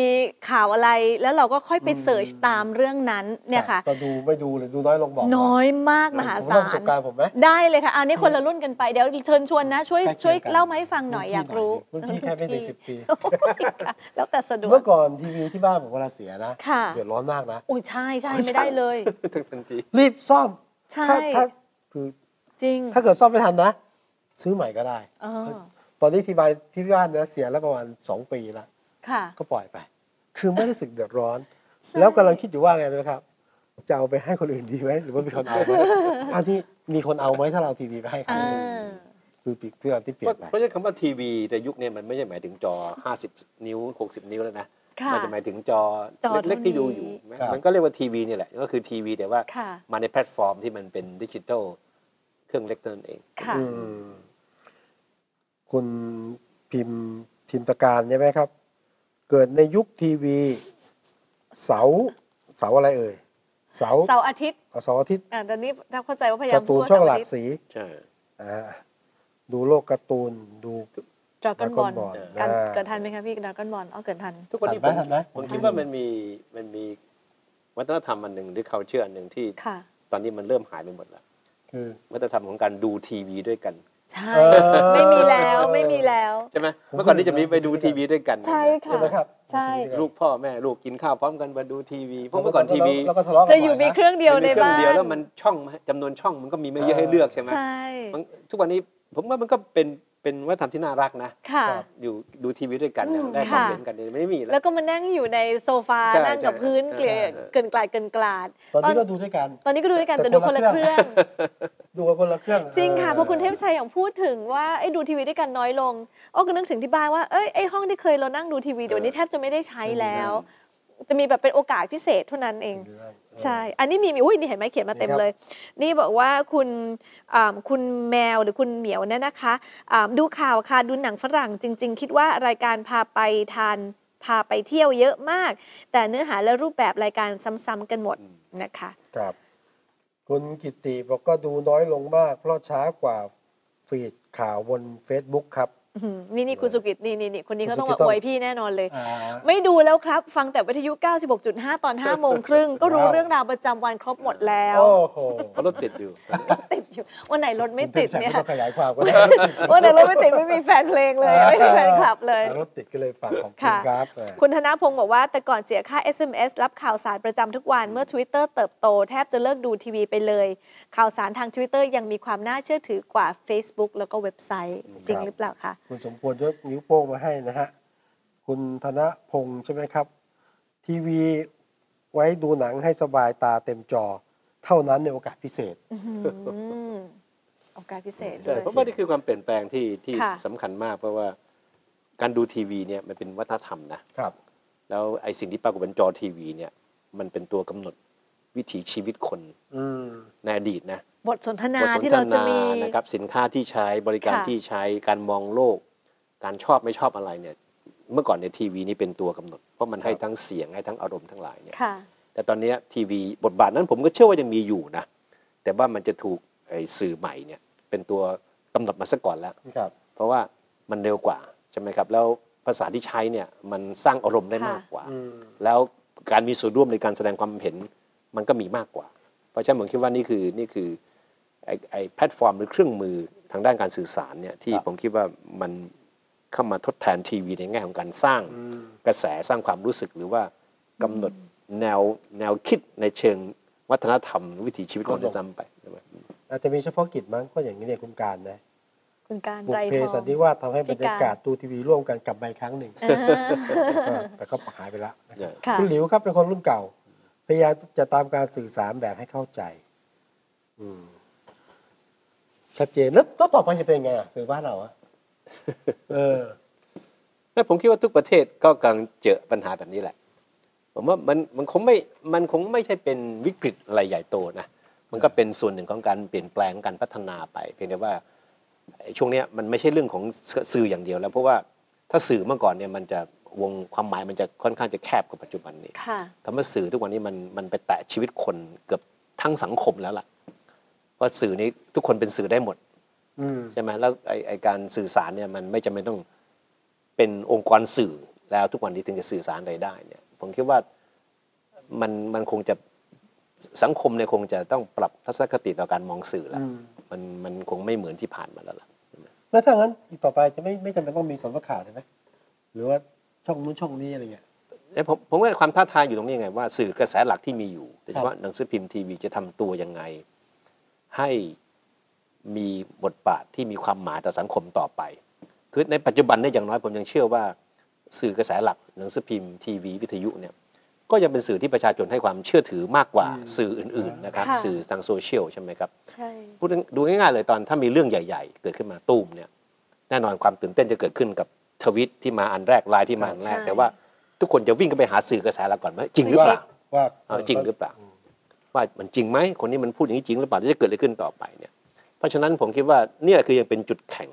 ข่าวอะไรแล้วเราก็ค่อยไปเสิร์ชตามเรื่องนั้นเนี่ยค่ะ ก็ดูไม่ดูหรือดูน้อยลงบอกมา น้อยมากมหา ผม ศา เล่ประส ล บการณ์ผมไหม ได้เลยค่ะอันนี้คนละรุ่นกันไปเดี๋ยวเชิญชวนนะ ช่วย ใกล้คีง ช่วย น เล่ามาให้ฟังหน่อยอยากรู้ รุ่นพี่แค่ไม่ถึงสิบปี โอ้ยค่ะแล้วแต่สะดวก เมื่อก่อนทีวีที่บ้านผมเวลาเสียนะ ค่ะ เดือดร้อนมากนะ โอ้ยใช่ใช่ไม่ได้เลย ทั้งทันที รีบซ่อม ใช่ ถ้าถ้าคือ จริง ถ้าเกิดซ่อมไม่ทันนะ ซื้อใหม่ก็ได้ เออ ตอนนี้ที่บ้านที่บ้านเนี่ยเสียแล้วประมาณ2 ปีละ ค่ะ ก็ปล่อยไป คือไม่รู้สึกเดือดร้อน ใช่ แล้วกำลังคิดอยู่ว่าไงนะครับ จะเอาไปให้คนอื่นดีไหมหรือว่ามีคนเอาไหมเอาที่มีคนเอาไหมถ้าเราเอาทีวีไปให้ เอ เขา อ คือปีกเพื่อนที่เปลี่ยนไป เพราะฉะนั้นคำว่าทีวีในยุคเนี้มันไม่ใช่หมายถึงจอ 50 นิ้ว 60 นิ้วแล้วนะ ค่ะ มัจะหมายถึงจอ จอ เล็กๆ เท่านี้ ที่ดูอยู่ ครับ มันก็เรียกว่าทีวีเนี่ยแหละ ก็คือทีวีแต่ว่า ค่ะ มาในแพลตฟอร์มที่มันเป็นดิจิทัลเครื่องเล็กเท่านั้นเอง ค่ะ อืมคุณพิมพ์ทิมตการใช่ไหมครับ เกิดในยุคทีวี เสาเสาอะไรเอ่ย เสาร์ เสาร์อาทิตย์ เสาร์อาทิตย์ อ่าตอนนี้ถ้าเข้าใจว่าพยายา การ ม ตู พูนดว่า ช่อง เสาร์ หลา อาก ทิตย์ สี ใช่ อ่าดูโลกการ์ตูนดู ดราก้อนบอล Dragon Ball การ อ่า เกิดทันไหมคะพี่ดราก้อนบอลอ๋อเกิดทัน ทุกวันนี้ ทั ผ น ม ไหมทันไหม ผมคิดว่ามันมีมันมีวัฒนธรรมอันหนึ่งหรือ culture อันหนึ่งที่ ค่ะ ตอนนี้มันเริ่มหายไปหมดแล้ว คือ วัฒนธรรมของการดูทีวีด้วยกัน ใช่ เออ ไม่มีแล้วไม่มีแล้ว ใช่ไหม ผม เมื่อก่อนนี้จะมี เห็นนะ ไปดูทีวีด้วยกัน ใช่ นะ ใช่ ค่ะ ไหมครับ ใช่ ลูกพ่อแม่ลูกกินข้าวพร้อมกันมาดูทีวีเพราะเมื่อก่อนทีวี แล้วก็ทะเลาะกัน จะอยู่มีเครื่องเดียว มั ใน มีครื่อ บ้าง เดียวน แล้วมันช่องจำนวนช่องมันก็มีไม่เยอะให้เลือกใช่ไหม ใช่ มันทุกวันนี้ผมว่ามันก็เป็นเป็นวัฒนธรรมที่น่ารักนะ ค่ะ อยู่ดูทีวีด้วยกัน อืม ได้ความ ค่ะ เห็นกันเนี่ยไม่มีแล้ว แล้วก็มานั่งอยู่ในโซฟา ใช่ นั่งกับ ใช่ พื้น ใช่ เกลี่ย ใช่ เกินกลาดเกินกลาด ตอนนี้ก็ดูด้วยกัน ตอนนี้ก็ดูด้วยกัน แต่ แต่ดู ค คน น ละ ละ เค เค รื่ รื่ อ อง ง ดูกันคนละเครื่อง จริงค่ะ เออ พอคุณเทพชัยอย่างพูดถึงว่าไอ้ดูทีวีด้วยกันน้อยลงอ้อก็นึกถึงที่บ้านว่าเอ้ยไอ้ห้องที่เคยเรานั่งดูทีวีเดี๋ยวนี้แทบจะไม่ได้ใช้แล้ว จะมีแบบเป็นโอกาสพิเศษเท่านั้นเอง ดูได้ ใช่ อันนี้มีมีอุ้ยนี่เห็นไหมเขียนมาเต็ม นี่ครับ เลย นี่บอกว่าคุณอ่าคุณแมวหรือคุณเหมียวเนี่ยนะคะอ่าดูข่าวค่ะ ดูหนังฝรั่งจริง ๆ คิดว่ารายการพาไปทานพาไปเที่ยวเยอะมาก แต่เนื้อหาและรูปแบบรายการซ้ำๆกันหมดนะคะ ครับ คุณกิติบอกก็ดูน้อยลงมาก เพราะช้ากว่าฟีดข่าวบน Facebook ครับ อื้อหือนี่นี่คุณสุกิตนี่นี่นี่คนนี้ คุณ ก็ต้อง สุกิ มา ตต้อ อง วยพี่แน่นอนเลย อ่า ไม่ดูแล้วครับ ฟังแต่วิทยุ 96.5 ตอน 5 โมงครึ่ง ก็รู้ ว้าว เรื่องราวประจำวันครบหมดแล้ว โอ้โห เพราะรถติดอยู่ ติดอยู่วันไหนรถไม่ คุณทพ ติด ชั เนี่ย ไม่ต้องขยายความก็ได้ วันไหนรถไม่ติดไม่มีแฟนเพลงเลย ไม่มีแฟนคลับเลย รถติดก็เลยฝากของคุณ ค่ะ ครับเออ คุณธนพงศ์บอกว่า แต่ก่อนเสียค่า SMS รับข่าวสารประจำทุกวันเมื่อ Twitter เติบโตแทบจะเลิกดูทีวีไปเลย ข่าวสารทาง Twitter ยังมีความน่าเชื่อถือกว่า Facebook แล้วก็เว็บไซต์จริง ครับ หรือเปล่าคะ คุณสมควรยกนิ้วโป้งมาให้นะฮะ คุณธนพงศ์ใช่ไหมครับ ทีวีไว้ดูหนังให้สบายตาเต็มจอ เท่านั้นในโอกาสพิเศษ อื้อหือโอกาสพิเศษเล ใช่ ย ผมว่านี่คือความเปลี่ยนแปลงที่ที่ ค่ะ สำคัญมาก เพราะว่าการดูทีวีเนี่ยมันเป็นวัฒนธรรมนะครับ แล้วไอ้สิ่งที่ปรากฏบนจอทีวีเนี่ยมันเป็นตัวกำหนดวิถีชีวิตคน อืม ในอดีตนะ บทสนทนา บทสน ที่ ท เราจะ นา มี นะครับสินค้าที่ใช้บริการ ค่ะ ที่ใช้การมองโลก การชอบไม่ชอบอะไรเนี่ยเมื่อก่อนเนี่ยทีวีนี่เป็นตัวกำหนด เพราะมันให้ทั้งเสียงให้ทั้งอารมณ์ทั้งหลายเนี่ย ค่ะ แต่ตอนเนี้ยทีวีบทบาทนั้นผมก็เชื่อว่ายังมีอยู่นะ แต่ว่ามันจะถูกไอ้สื่อใหม่เนี่ยเป็นตัวกำหนดมาซะก่อนแล้ว ครับ เพราะว่ามันเร็วกว่าใช่ไหมครับ แล้วภาษาที่ใช้เนี่ยมันสร้างอารมณ์ได้ ค่ะ มากกว่า อืม แล้วการมีส่วนร่วมในการแสดงความเห็นมันก็มีมากกว่า เพราะฉะนั้นผมคิดว่านี่คือนี่คือไอ้ไอ้แพลตฟอร์มหรือเครื่องมือทางด้านการสื่อสารเนี่ยที่ ครับ ผมคิดว่ามันเข้ามาทดแทนทีวีในแง่ของการสร้าง อืม กระแสสร้างความรู้สึกหรือว่ากำหนดแนวแนวคิดในเชิงวัฒนธรรมหรือวิถีชีวิตคน ครับผม จะซ้ำไปใช่ไหม อาจจะมีเฉพาะกิจมั้งก็อย่างนี้เนี่ยคุณการนะ คุณการ บุ ไร พเพ ทอง สันนิวาสทำให้บรรยากาศดูทีวีร่วมกันกลับมาอีกครั้งหนึ่งแต่ก็แต่ก็หายไปแล้วนะครับ ค่ะ คุณหลิวครับเป็นคนรุ่นเก่า พยายามจะตามการสื่อสารแบบให้เข้าใจ อืมชัดเจนแล้วแล้วต่อไปจะเป็นไงอ่ะสื่อบ้านเราอะ เออ แต่ผมคิดว่าทุกประเทศก็กำลังเจอปัญหาแบบนี้แหละ ผมว่ามันมันคงไม่มันคงไม่ใช่เป็นวิกฤตอะไรใหญ่โตนะ มันก็เป็นส่วนหนึ่งของการเปลี่ยนแปลงการพัฒนาไป เพียงแต่ว่าไอ้ช่วงเนี้ยมันไม่ใช่เรื่องของสื่ออย่างเดียวแล้ว เพราะว่าถ้าสื่อเมื่อก่อนเนี่ยมันจะวงความหมายมันจะค่อนข้างจะแคบกว่าปัจจุบันนี้ ค่ะ คำว่าสื่อทุกวันนี้มันมันไปแตะชีวิตคนเกือบทั้งสังคมแล้วล่ะว่าะสื่อนี้ทุกคนเป็นสื่อได้หมด อืม ใช่ไหมแล้วไอไอการสื่อสารเนี่ยมันไม่จำเป็นต้องเป็นองค์กรสื่อแล้วทุกวันนี้ถึงจะสื่อสารอะไรได้เนี่ยผมคิดว่ามันมันคงจะสังคมเนี่ยคงจะต้องปรับทัศนคติต่อการมองสื่อแล้ว อืม มันมันคงไม่เหมือนที่ผ่านมาแล้วล่ะ แล้วถ้างั้นอีกต่อไปจะไม่ไม่จำเป็นต้องมีสำนักข่าวใช่ไหมหรือว่าช่องนู้นช่องนี้อะไรเงี้ย แต่ผมผมว่าความท้าทายอยู่ตรงนี้ไงว่าสื่อกระแสหลักที่มีอยู่โดยเฉ ครับ พาะหนังสือพิมพ์ทีวีจะทำตัวยังไง ให้มีบทบาทที่มีความหมายต่อสังคมต่อไป คือในปัจจุบันเนี่ยอย่างน้อยผมยังเชื่อว่า สื่อกระแสหลักหนังสือพิมพ์ทีวีวิทยุเนี่ยก็ยังเป็นสื่อที่ประชาชนให้ความเชื่อถือมากกว่าสื่ออื่นๆนะครับ ค่ะ สื่อทางโซเชียลใช่ไหมครับ ใช่ พูดดูง่ายๆเลยตอนถ้ามีเรื่องใหญ่ ๆ เกิดขึ้นมาตูมเนี่ยแน่นอนความตื่นเต้นจะเกิดขึ้นกับทวิตที่มาอันแรกไลน์ที่มาอันแรก แต่ว่าทุกคนจะวิ่งกันไปหาสื่อกระแสหลักก่อนไหมจริงหรือเปล่า ว่า เอาจริงหรือเปล่า ว่ามันจริงไหมคนนี้มันพูดอย่างนี้จริงหรือเปล่าแล้วจะเกิดอะไรขึ้นต่อไปเนี่ยเพราะฉะนั้นผมคิดว่าเนี่ยคือยังเป็นจุดแข็ง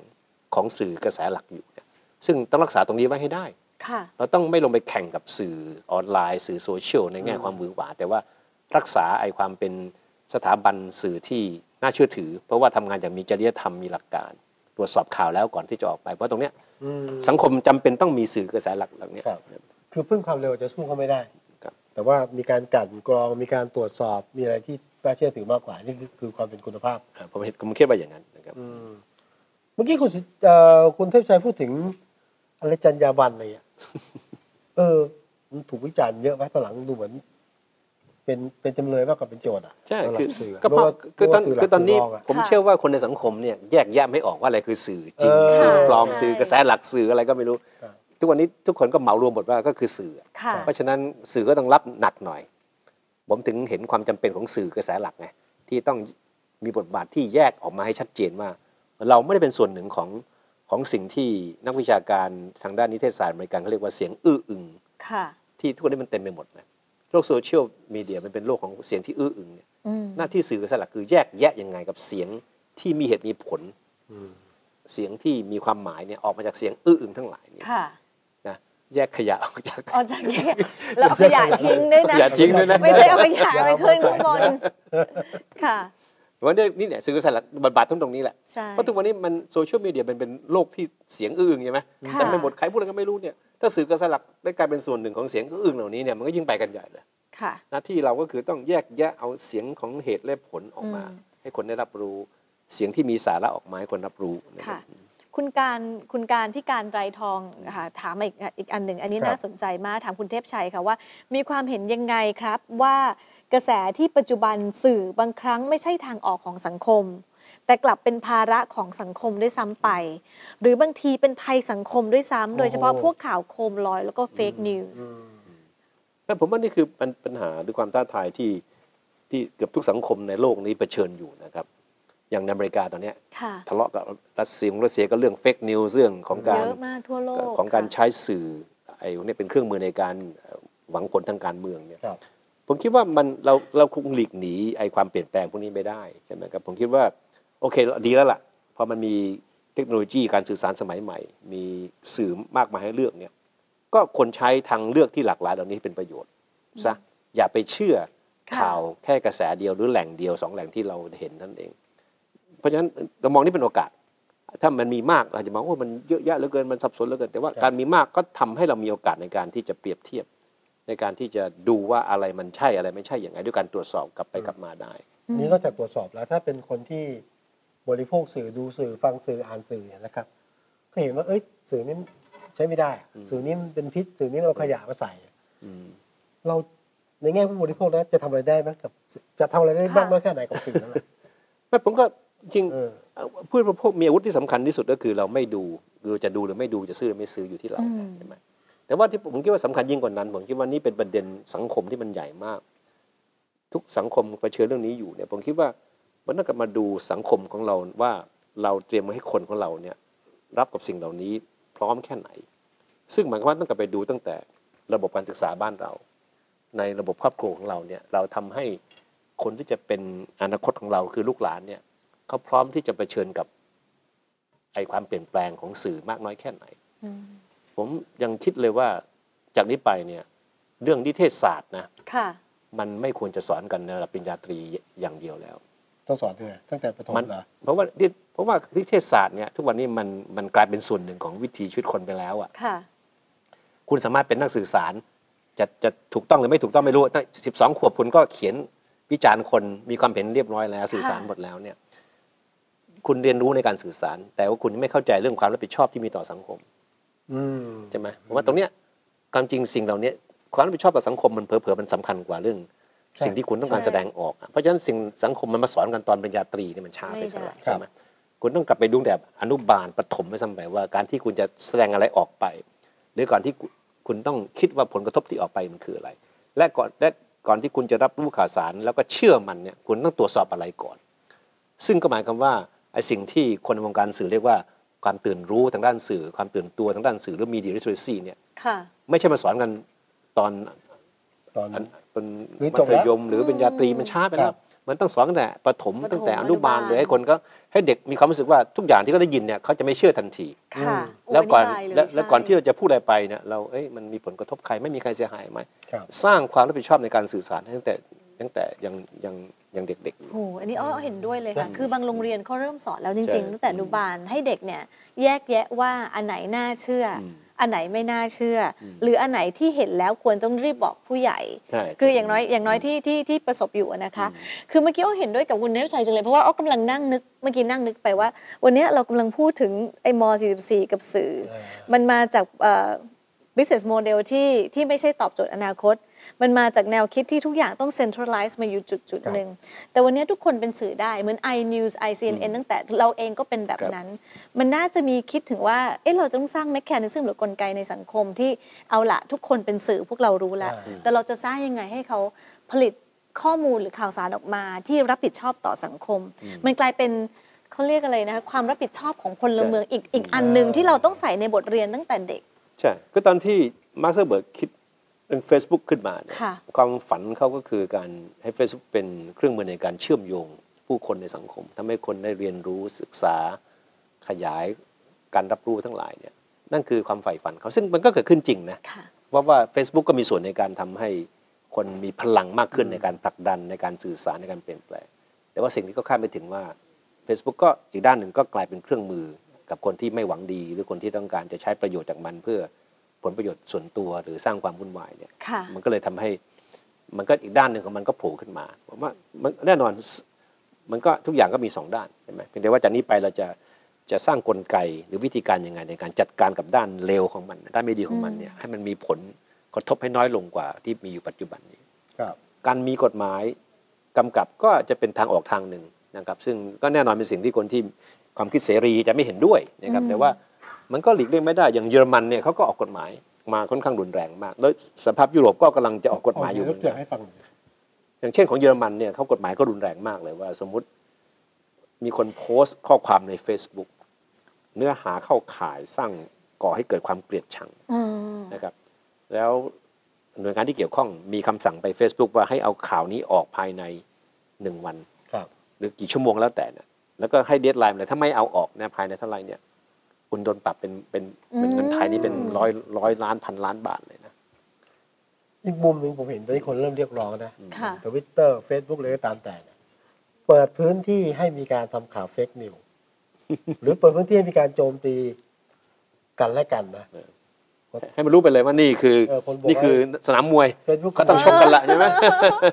ของสื่อกระแสหลักอยู่เนี่ยซึ่งต้องรักษาตรงนี้ไว้ให้ได้ ค่ะ เราต้องไม่ลงไปแข่งกับสื่อออนไลน์ สื่อโซเชียลในแง่ความหวือหวาแต่ว่า รักษาไอ้ความเป็นสถาบันสื่อที่น่าเชื่อถือ เพราะว่าทำงานอย่างมีจริยธรรมมีหลักการ ตรวจสอบข่าวแล้วก่อนที่จะออกไปเพราะตรงเนี้ย อืม สังคมจำเป็นต้องมีสื่อกระแสหลักเหล่านี้ ครับ คือพึ่งความเร็วจะสู้เขาไม่ได้ ครับ แต่ว่ามีการกลั่นกรองมีการตรวจสอบมีอะไรที่น่าเชื่อถือมากกว่านี่คือคือความเป็นคุณภาพ อ่าผมเห็นผมคิดว่าอย่างนั้นนะครับ อืมเมื่อกี้คุณสิเอ่อคุณเทพชัยพูดถึงอะไรจรรยาบรรณอะไร อ่ะ เออมันถูกวิจารณ์เยอะไหมตอนหลังดูเหมือน เป็นเป็นจำเลยมากกว่าเป็นโจทย์อ่ะ ใช่ ตนหลั คื ง อ สื่อะ ก็เพไม่ราะว่า คือตอน ไม่ว่าสื่หลัก คือตอนนี้ สื่รองะ ผม ค่ะ เชื่อว่าคนในสังคมเนี่ยแยกแยะไม่ออกว่าอะไรคือสื่อจริง เออ สื่อปลอม ใช่ สื่อกระแสหลักสื่ออะไรก็ไม่รู้ ครับ ทุกวันนี้ทุกคนก็เหมารวมหมดว่าก็คือสื่อ ค่ะ เพราะฉะนั้นสื่อก็ต้องรับหนักหน่อย ผมถึงเห็นความจำเป็นของสื่อกระแสหลักไงที่ต้องมีบทบาทที่แยกออกมาให้ชัดเจนว่า เราไม่ได้เป็นส่วนหนึ่งของของสิ่งที่นักวิชาการทางด้านนิเทศศาสตร์อเมริกันเขาเรียกว่าเสียงอื้ออึง ค่ะ ที่ทุกวันนี้มันเต็มไปหมดนะโลกโซเชียลมีเดียมันเป็นโลกของเสียงที่อื้ออึงเนี่ย อืม หน้าที่สื่อสลักคือแยกแยะยังไงกับเสียงที่มีเหตุมีผล อืม เสียงที่มีความหมายเนี่ยออกมาจากเสียงอื้ออึงทั้งหลายเนี่ย ค่ะ นะแยกขยะออกจาก ออกจากแยกแล้วเอาขยะทิ้งด้วยนะ อย่าทิ้งด้วยนะ ไม่ใช่เอาขยะไปขึ้นข้างบน ค่ะ วันนี้นี่เนี่ยสื่อสลักบทบาทต้องตรงนี้แหละ ใช่ เพราะทุกวันนี้มันโซเชียลมีเดียมันเป็นโลกที่เสียงอื้ออึงใช่ไหม ค่ะ แต่ไม่หมดใครพูดอะไรก็ไม่รู้เนี่ยถ้าสื่อกระแสหลักได้กลายเป็นส่วนหนึ่งของเสียงอื้ออึงเหล่านี้เนี่ยมันก็ยิ่งไปกันใหญ่เลย ค่ะ หน้าที่เราก็คือต้องแยกแยะเอาเสียงของเหตุและผลออกมา อืม ให้คนได้รับรู้เสียงที่มีสาระออกมาให้คนรับรู้นะครั ค่ะ บ คุณการคุณการพี่การไตรทองค่ะถามมาอีกอีกอันหนึ่ง อันนี้ ครับ น่าสนใจมากถามคุณเทพชัยค่ะว่า มีความเห็นยังไงครับว่ากระแสที่ปัจจุบันสื่อบางครั้งไม่ใช่ทางออกของสังคม แต่กลับเป็นภาระของสังคมด้วยซ้ำไป หรือบางทีเป็นภัยสังคมด้วยซ้ำโดยเฉพาะพวกข่าวโคมลอยแล้วก็เฟกนิวส์ อืม นั่นผมว่านี่คือปัญปัญหาหรือความท้าทายที่ที่เกือบทุกสังคมในโลกนี้เผชิญอยู่นะครับ อย่างในอเมริกาตอนเนี้ย ค่ะ ทะเลาะกับรัสเซียของรัสเซียก็เรื่องเฟกนิวเรื่องของกา เย ร อะมากทั่วโลก ของการ ค่ะ ใช้สื่อไอ้พวกเนี้ยเป็นเครื่องมือในการเอ่อหวังผลทางการเมืองเนี่ย ครับ ผมคิดว่ามันเราเราคงหลีกหนีไอ้ความเปลี่ยนแปลงพวกนี้ไม่ได้ใช่ไหมครับผมคิดว่าโอเคดีแล้วล่ะพอมันมีเทคโนโลยีการสื่อสารสมัยใหม่ มีสื่อมากมายให้เลือกเนี่ย ก็คนใช้ทางเลือกที่หลากหลายเหล่านี้ให้เป็นประโยชน์ซะอย่าไปเชื่อ ค่ะ ข่าวแค่กระแสเดียวหรือแหล่งเดียวสองแหล่งที่เราเห็นนั่นเอง เพราะฉะนั้นเรามองนี่เป็นโอกาส ถ้ามันมีมากเราจะมองว่ามันเยอะแยะเหลือเกินมันสับสนเหลือเกินแต่ว่า ครับ การมีมากก็ทำให้เรามีโอกาสในการที่จะเปรียบเทียบ ในการที่จะดูว่าอะไรมันใช่อะไรไม่ใช่อย่างไรด้วยการตรวจสอบกลับไปกลับมาได้ อืม นี่นอกจากตรวจสอบแล้ว ถ้าเป็นคนที่บริโภคสื่อดูสื่อฟังสื่ออ่านสื่อเนี่ยนะครับก็เห็นว่าเอ้ยสื่อนี้ใช้ไม่ได้อะ อืม สื่อนี้มันเป็นพิษสื่อนี้เราขยะมาใส่ อืม เราในแง่ผู้บริโภคนะจะทำอะไรได้บ้างกับสื่อจะทำอะไรได้บ้างมากแค่ไหนกับสื่อ นั่นแหละ ไม่ผมก็จริง เออ พูดพวกมีอาวุธที่สำคัญที่สุดก็คือเราไม่ดูคือจะดูหรือไม่ดูจะซื้อหรือไม่ซื้ออยู่ที่เรานะใช่ไหมแต่ว่าที่ผมคิดว่าสำคัญยิ่งกว่านั้น ผมคิดว่านี่เป็นประเด็นสังคมที่มันใหญ่มาก ทุกสังคมเผชิญเรื่องนี้อยู่เนี่ยผมคิดว่ามันต้องกลับมาดูสังคมของเราว่าเราเตรียมไว้ให้คนของเราเนี่ยรับกับสิ่งเหล่านี้พร้อมแค่ไหน ซึ่งหมายความว่าต้องกลับไปดูตั้งแต่ระบบการศึกษาบ้านเรา ในระบบครอบครัวของเราเนี่ยเราทำให้คนที่จะเป็นอนาคตของเราคือลูกหลานเนี่ย เขาพร้อมที่จะเผชิญกับไอความเปลี่ยนแปลงของสื่อมากน้อยแค่ไหน อืม ผมยังคิดเลยว่าจากนี้ไปเนี่ยเรื่องนิเทศศาสตร์นะ ค่ะ มันไม่ควรจะสอนกันในระดับปริญญาตรีอย่างเดียวแล้ว ต้องสอนด้วยตั้งแต่ประถม มัน เหรอ เพราะว่านิเพราะว่านิเทศศาสตร์เนี่ยทุกวันนี้มันมันกลายเป็นส่วนหนึ่งของวิถีชีวิตคนไปแล้วอะ่ะ ค่ะ คุณสามารถเป็นนักสื่อสารจะจะถูกต้องหรือไม่ถูกต้องไม่รู้ตั้งสิบสองขวบคุณก็เขียนวิจารณ์คนมีความเห็นเรียบร้อยแล้ว สื่อสาร ค่ะ หมดแล้วเนี่ย คุณเรียนรู้ในการสื่อสาร แต่ว่าคุณไม่เข้าใจเรื่องความรับผิดชอบที่มีต่อสังคม อืม ใช่ไหมผมว่าตรงเนี้ยความจริงสิ่งเหล่าเนี้ยความรับผิดชอบต่อสังคมมันเผลอๆมันสำคัญกว่าเรื่อง ใช่ สิ่งที่คุณต้องการ ใช่ แสดงออกอะเพราะฉะนั้นสิ่งสังคมมันมาสอนกันตอนปริญญาตรีเนี่ยมันช้าไป ไม่ สำห ได้ รับใช่ไหมคุณต้องกลับไปดูแบบอนุบาลปฐมไม่ซ้ำไปว่าการที่คุณจะแสดงอะไรออกไป หรือก่อนที่คุณคุณต้องคิดว่าผลกระทบที่ออกไปมันคืออะไร และก่อนและก่อนที่คุณจะรับรู้ข่าวสาร แล้วก็เชื่อมันเนี่ยคุณต้องตรวจสอบอะไรก่อน ซึ่งก็หมายความว่าไอ้สิ่งที่คนในวงการสื่อเรียกว่าความตื่นรู้ทางด้านสื่อ ความตื่นตัวทางด้านสื่อหรือมีดีริทเรซีเนี่ย ค่ะ ไม่ใช่มาสอนกันตอน ตอนนั้น เป็น หรือ มั จบ ธ แล้ว ยมหรือเป็นยาตรีมันช้าไปแล้ ครั ว บ มันต้องสอนตั้งแต่ประถม ประถม ตั้งแต่อ อนุ นุ บา บา ล ลเลยให้คนก็ให้เด็กมีความรู้สึกว่าทุกอย่างที่เขาได้ยินเนี่ยเขาจะไม่เชื่อทันที ค่ะโ แล้วก่อน ธิบายเย และและก่อน ใช่ ที่เราจะพูดอะไรไปเนี่ยเราเอ้ยมันมีผลกระทบใครไม่มีใครเสียหายไหม ครับ สร้างความรับผิดชอบในการสื่อสารให้ตั้งแต่ ตั้งแต่ยังยังยังเด็กๆอยู่ โอ้โหอันนี้อ้อเห็นด้วยเลยค่ะ ใช่ คือบางโรงเรียนเขาเริ่มสอนแล้วจริง ใช่ ๆตั้งแต่อนุบาลให้เด็กเนี่ยแยกแยะว่าอันไหนน่าเชื่ออ ม อันไหนไม่น่าเชื่ออ ม หรืออันไหนที่เห็นแล้วควรต้องรีบบอกผู้ใหญ่ ใช่ คืออย่างน้อยอย่างน้อยที่ที่ที่ประสบอยู่อะนะคะ อืม คือเมื่อกี้อ้อเห็นด้วยกับคุณเนวชัยจังเลยเพราะว่าอ้อกำลังนั่งนึกเมื่อกี้นั่งนึกไปว่า วันเนี้ยเรากำลังพูดถึงไอ้ม .44 กับสื่อ เออ มันมาจากเอ่อ business model ที่ที่ไม่ใช่ตอบโจทย์อนาคต มันมาจากแนวคิดที่ทุกอย่างต้อง centralize มาอยู่จุดจุด ครับ หนึ่ง แต่วันนี้ทุกคนเป็นสื่อได้เหมือน i news i cnn อืม ตั้งแต่เราเองก็เป็นแบบ ครับ นั้น มันน่าจะมีคิดถึงว่า เอะเราจะต้องสร้างแมคแคนิซึมหรือกลไกในสังคมที่เอาละทุกคนเป็นสื่อพวกเรารู้แล้ว แต่เราจะสร้างยังไงให้เขาผลิตข้อมูลหรือข่าวสารออกมาที่รับผิดชอบต่อสังคม มันกลายเป็นเขาเรียกอะไรนะคะความรับผิดชอบของพลเมืองอีกอีกอันหนึ่งที่เราต้องใส่ในบทเรียนตั้งแต่เด็ก ใช่ก็ตอนที่มาร์คซักเบิร์กคิดเป็น Facebook ขึ้นมาเนี่ย ค่ะ ความฝันเขาก็คือการให้ Facebook เป็นเครื่องมือในการเชื่อมโยงผู้คนในสังคมทำให้คนได้เรียนรู้ศึกษาขยายการรับรู้ทั้งหลายเนี่ยนั่นคือความใฝ่ฝันเขาซึ่งมันก็เกิดขึ้นจริงนะ ค่ะ เพราะว่า Facebook ก็มีส่วนในการทำให้คนมีพลังมากขึ้นในการผลักดันในการสื่อสารในการเปลี่ยนแปลง แต่ว่าสิ่งนี้ก็คาดไม่ถึงว่า Facebook ก็อีกด้านหนึ่งก็กลายเป็นเครื่องมือกับคนที่ไม่หวังดี หรือคนที่ต้องการจะใช้ประโยชน์จากมันเพื่อผลประโยชน์ส่วนตัวหรือสร้างความวุ่นวายเนี่ย ค่ะ มันก็เลยทำให้มันก็อีกด้านหนึ่งของมันก็โผล่ขึ้นมาผมว่ามันแน่นอนมันก็ทุกอย่างก็มีสองด้านใช่ไหมเพียงแต่ว่าจากนี้ไปเราจะจะสร้างกลไกหรือวิธีการยังไงในการจัดการกับด้านเลวของมันด้านไม่ดีของมันเนี่ยให้มันมีผลกระทบให้น้อยลงกว่าที่มีอยู่ปัจจุบันนี้ ครับ การมีกฎหมายกำกับก็จะเป็นทางออกทางหนึ่งนะครับ ซึ่งก็แน่นอนเป็นสิ่งที่คนที่ความคิดเสรีจะไม่เห็นด้วยนะครับ อืม แต่ว่ามันก็หลีกเลี่ยงไม่ได้อย่างเยอรมันเนี่ยเขาก็ออกกฎหมายมาค่อนข้างรุนแรงมาก แล้วสภาพยุโรปก็กำลังจะออกกฎหมายอยู่เห เดี๋ มื ว อน เกิดกัน ให้ฟังหน่อย อย่างเช่นของเยอรมันเนี่ยเขากฎหมายก็รุนแรงมากเลยว่า สมมุติมีคนโพสต์ข้อความใน Facebook เนื้อหาเข้าข่ายสร้างก่อให้เกิดความเกลียดชัง อืม นะครับแล้วหน่วยงานที่เกี่ยวข้องมีคำสั่งไป Facebook ว่าให้เอาข่าวนี้ออกภายในหนึ่งวัน ครับ หรือกี่ชั่วโมงแล้วแต่นะแล้วก็ให้เดทไลน์มาเลยถ้าไม่เอาออกนะภายในเท่าไหร่เนี่ยคุณโดนปรับเป็นเป็นเป็นเงินไทยนี่เป็น อืม ร้อยร้อยล้านพันล้านบาทเลยนะ อีกมุมหนึ่งผมเห็นตอนนี้คนเริ่มเรียกร้องนะ ค่ะ ทวิตเตอร์เฟซบุ๊กเลยก็ตามแต่เนี่ยเปิดพื้นที่ให้มีการทำข่าวเฟกนิว หรือเปิดพื้นที่ให้มีการโจมตีกันและกันนะ ให้มันรู้ไปเลยว่านี่คือ เออคนบอกว่านี่ นี่คือสนามมวย เฟซบุ๊ก เขาต้องชกกันละใช่ไหม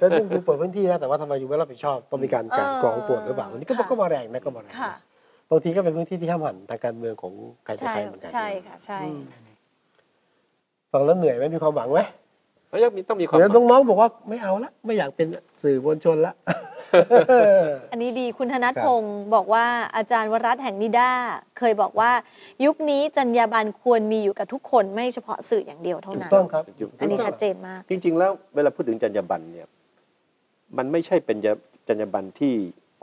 เฟซบุ๊กคือเปิดพื้นที่นะแต่ว่าทำไมอยู่ไม่รับผิดชอบต้องมีการกลั่นกรองตรวจหรือเปล่าวันนี้ก็ ค่ะ ก็มาแรงนะก็มาแรง ค่ะ นะบางทีก็เป็นพื้นที่ที่ห้ามหันทางการเมืองของใครต่อ ใช่ ใครเหมือนกัน ใช่ค่ะใช่ ฟังแล้วเหนื่อยไหมมีความหวังไหม แล้วยังมีต้องมีความ เดี๋ยวน้องๆบอกว่าไม่เอาละไม่อยากเป็นสื่อมวลชนละ อันนี้ดีคุณธนัท ครับ พงศ์บอกว่าอาจารย์วรัตน์แห่งนิด้าเคยบอกว่า ยุคนี้จรรยาบรรณควรมีอยู่กับทุกคนไม่เฉพาะสื่ออย่างเดียวเท่า ถูก นั้น ต้องครับ อันนี้ชัดเจนมาก จริง ๆ แล้วเวลาพูดถึงจรรยาบรรณเนี่ยมันไม่ใช่เป็นจรรยาบรรณที่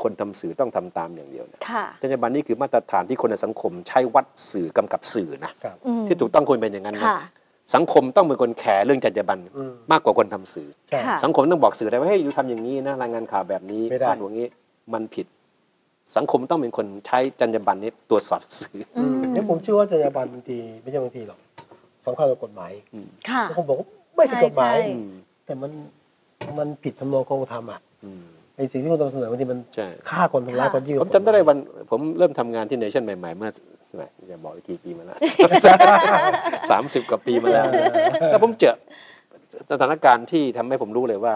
คนทำสื่อต้องทำตามอย่างเดียวนะ ค่ะ จรรยาบรรณนี่คือมาตรฐานที่คนในสังคม ใช้วัดสื่อกำกับสื่อนะ อืม ที่ถูกต้องควรเป็นอย่างนั้นนะ ค่ะ สังคมต้องเป็นคนแคร์เรื่องจรรยาบรรณ อืม มากกว่าคนทำสื่อ ใช่ ค่ะ สังคมต้องบอกสื่อได้ว่าเฮ้ยอยู่ทำอย่างนี้นะรายงานข่าวแบบนี้ ไม่ได้ พาดหัวงี้มันผิด สังคมต้องเป็นคนใช้จรรยาบรรณนี้ตรวจสอบสื่อ อืม เนี่ยผมเชื่อว่าจรรยาบรรณบางทีไม่ใช่บางทีหรอกสำคัญกับกฎหมาย ค่ะ ผมบอกว่าไม่ผิดกฎหมาย ใช่ อืม แต่มันมันผิดทำนองคงธรรมอ่ะ อืม ไอสิ่งที่คุณนำเสนอบางทีมัน ใช่ ฆ่าคนทำร้ายคนยิ่งก ผ ว่าม กฎหาย จำได้เลยวัน ผมเริ่มทำงานที่เนชั่นใหม่ ๆ เมื่อแหมอย่าบอกกี่ปีมาแล้ว สามสิบกว่าปีมาแล้ว แล้วผมเจอสถานการณ์ที่ทำให้ผมรู้เลยว่า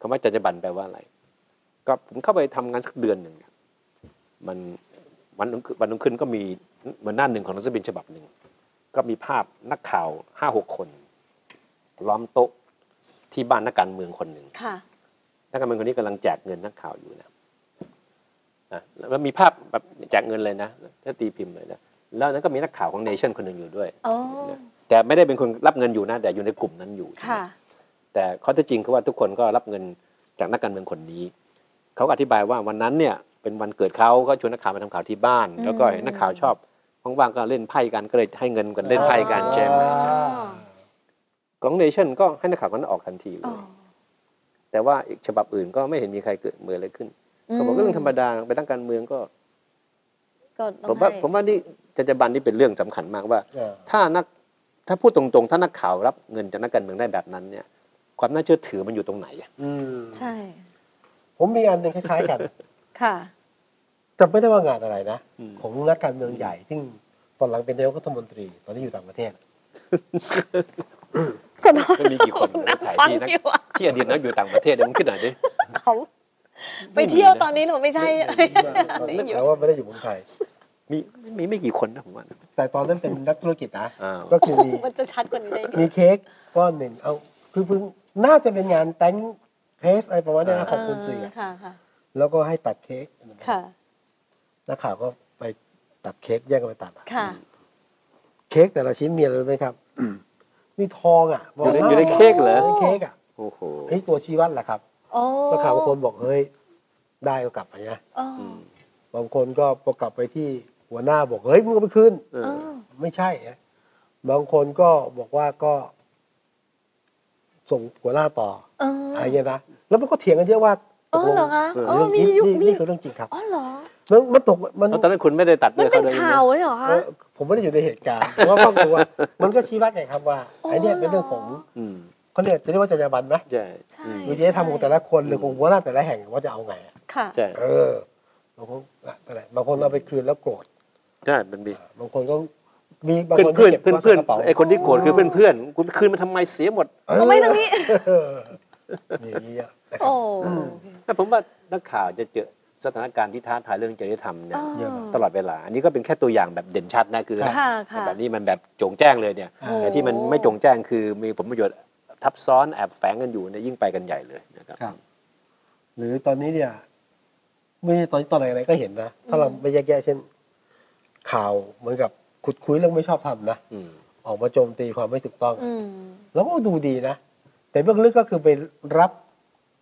คำว่าจรรยาบรรณแปลว่าอะไร ก็ผมเข้าไปทำงานสักเดือนหนึ่งเนี่ยมันวันรุ่งขึ้นวันรุ่งขึ้นก็มีเหมือนหน้าหนึ่งของหนังสือพิมพ์ฉบับหนึ่ง ก็มีภาพนักข่าวห้าหกคน ล้อมโต๊ะที่บ้านนักการเมืองคนหนึ่ง ค่ะ นักการเมืองคนนี้กำลังแจกเงินนักข่าวอยู่นะนะแล้วมีภาพแบบแจกเงินเลยนะถ้าตีพิมพ์เลยนะแล้วนั้นก็มีนักข่าวของเนชั่นคนหนึ่งอยู่ด้วย โอ้ แต่ไม่ได้เป็นคนรับเงินอยู่นะแต่อยู่ในกลุ่มนั้นอยู่ ค่ะ แต่ข้อเท็จจริงคือว่าทุกคนก็รับเงินจากนักการเมืองคนนี้ เขาก็อธิบายว่าวันนั้นเนี่ยเป็นวันเกิดเขาก็ชวนนักข่าวมาทำข่าวที่บ้าน อืม แล้วก็เห็นนักข่าวชอบว่างๆก็เล่นไพ่กันก็เลยให้เงินกันเล่นไพ่กันแจม อ่า ของเนชั่นก็ให้นักข่าวคนนั้นออกทันทีเล โอ้ ยแต่ว่าอีกฉบับอื่นก็ไม่เห็นมีใครเกิดมืออะไรขึ้นเขาบอกว่าเรื่องธรรมดาเป็นนักการเมืองก็ ก็ต้อง ผมว่า ให้ ผมว่านี่จรรยาบรรณนี่เป็นเรื่องสำคัญมากว่า อ่า ถ้านักถ้าพูดตรงๆ ถ้านักข่าวรับเงินจากนักการเมืองได้แบบนั้นเนี่ย ความน่าเชื่อถือมันอยู่ตรงไหนอะ อืม ใช่ ผมมีอันหนึ่งคล้ายๆกัน ค่ะ จำไม่ได้ว่างานอะไรนะ ของนักการเมืองใหญ่ซึ่งตอนหลังเป็นนายกรัฐมนตรี ตอนนี้อยู่ต่างประเทศ ก็นอน ไม่มีกี่คนในประเทศไทย ฟัง ที่นัก อยู่อะ ที่อดีตนักอยู่ต่างประเทศเดี๋ยวมึงขึ้นหน่อยดิ เขาไปเที่ยวตอนนี้หรือไม่ใช่ ตอน ไม่ นี้ อยู่ แต่ว่าไม่ได้อยู่เมืองไทย มีมีไม่กี่คนนะผมว่านะ แต่ตอนนั้นเป็นนักธุรกิจนะ อ้าว ก็คือมี มันจะชัดกว่านี้ได้ไง มีเค้กก้อนหนึ่งเอาคือเพิ่งน่าจะเป็นงานแต่งเทสอะไรประมาณเนี้ยนะของคุณสี่อะ ค่ะค่ะ แล้วก็ให้ตัดเค้ก ค่ะ นักข่าวก็ไปตัดเค้กแย่งกันไปตัดอะ ค่ะ เค้กแต่ละชิ้นมีอะไรรู้ไหมครับ มีทองอ่ะบ อ อก ยู่ว่าในอยู่ในเค้กเหรอ อยู่ในเค้กอ่ะ โอ้โห อันนี้ตัวชี้วัดแหละครับ โอ้ นักข่าวบางคนบอกเฮ้ยได้ก็กลับไปนะ โอ้ อืม บางคนก็พอกลับไปที่หัวหน้าบอกเฮ้ยมึงเอาไปคืน เออ โอ้ ไม่ใช่นะบางคนก็บอกว่าก็ ส่งหัวหน้าต่อ เออ อะไรเงี้ยนะ แล้วมันก็เถียงกันเยอะว่าต อ๋อก ลง เหรอคะอ๋อ เรื่อง มี นี้ ยุค นี่ มี นี่คือเรื่องจริงครับ อ๋อเหรอ มันมันตกมัน แล้วตอนนั้นคุณไม่ได้ตัด มั ด้ น วย เป็น เขาด้วยใช่ไหม ข่าวไว้เหรอคะ เอ่อผมไม่ได้อยู่ในเหตุการณ์แต่ว่าฟังดูว่า มันก็ชี้วัดไงครับว่า อ๋อ ไอ้เนี่ยเป็นเรื่องของ อืม เขาเรียกจะเรียกว่าจรรยาบรรณไหม ใช่ ใช่ อืม หรือจริยธรรมของแต่ละคนหรือของหัวหน้าแต่ละแห่งว่าจะเอาไงอะ ค่ะ ใช่ เออบางคนอะไรบางคนเอาไปคืนแล้วโกรธ ใช่มันมี บางคนก็มีบาง เพื่คอน นก็ เพื่เก็อนบ เพื่อน ไว้ใส่เพื่อกนระเป๋า ไอคนที่โกรธคือเพื่อนเพื่อนๆคุณคืนมาทำไมเสียหมด เออ ทำไมทางนี้ เอออย่างนี้อะนะครั โอ้ บ แต่ผมว่านักข่าวจะเจอสถานการณ์ที่ท้าทายเรื่องจริยธรรมเนี่ย เยอะมาก ตลอดเวลา อันนี้ก็เป็นแค่ตัวอย่างแบบเด่นชัดนะคือ ค่ะ แต่ ค่ะ แบบนี้มันแบบโจงแจ้งเลยเนี่ย โอ้ แต่ที่มันไม่โจงแจ้งคือมีผลประโยชน์ทับซ้อนแอบแฝงกันอยู่เนี่ยยิ่งไปกันใหญ่เลยนะครับ ครับ หรือตอนนี้เนี่ยไม่ใช่ตอนตอนไหนอะไรก็เห็นนะ ถ้าเราไม่แยกแยะเช่น ข่าวเหมือนกับขุดคุยเรื่องไม่ชอบทำนะ อืม ออกมาโจมตีความไม่ถูกต้อง อืม เราก็ดูดีนะ แต่เบื้องลึกก็คือไปรับ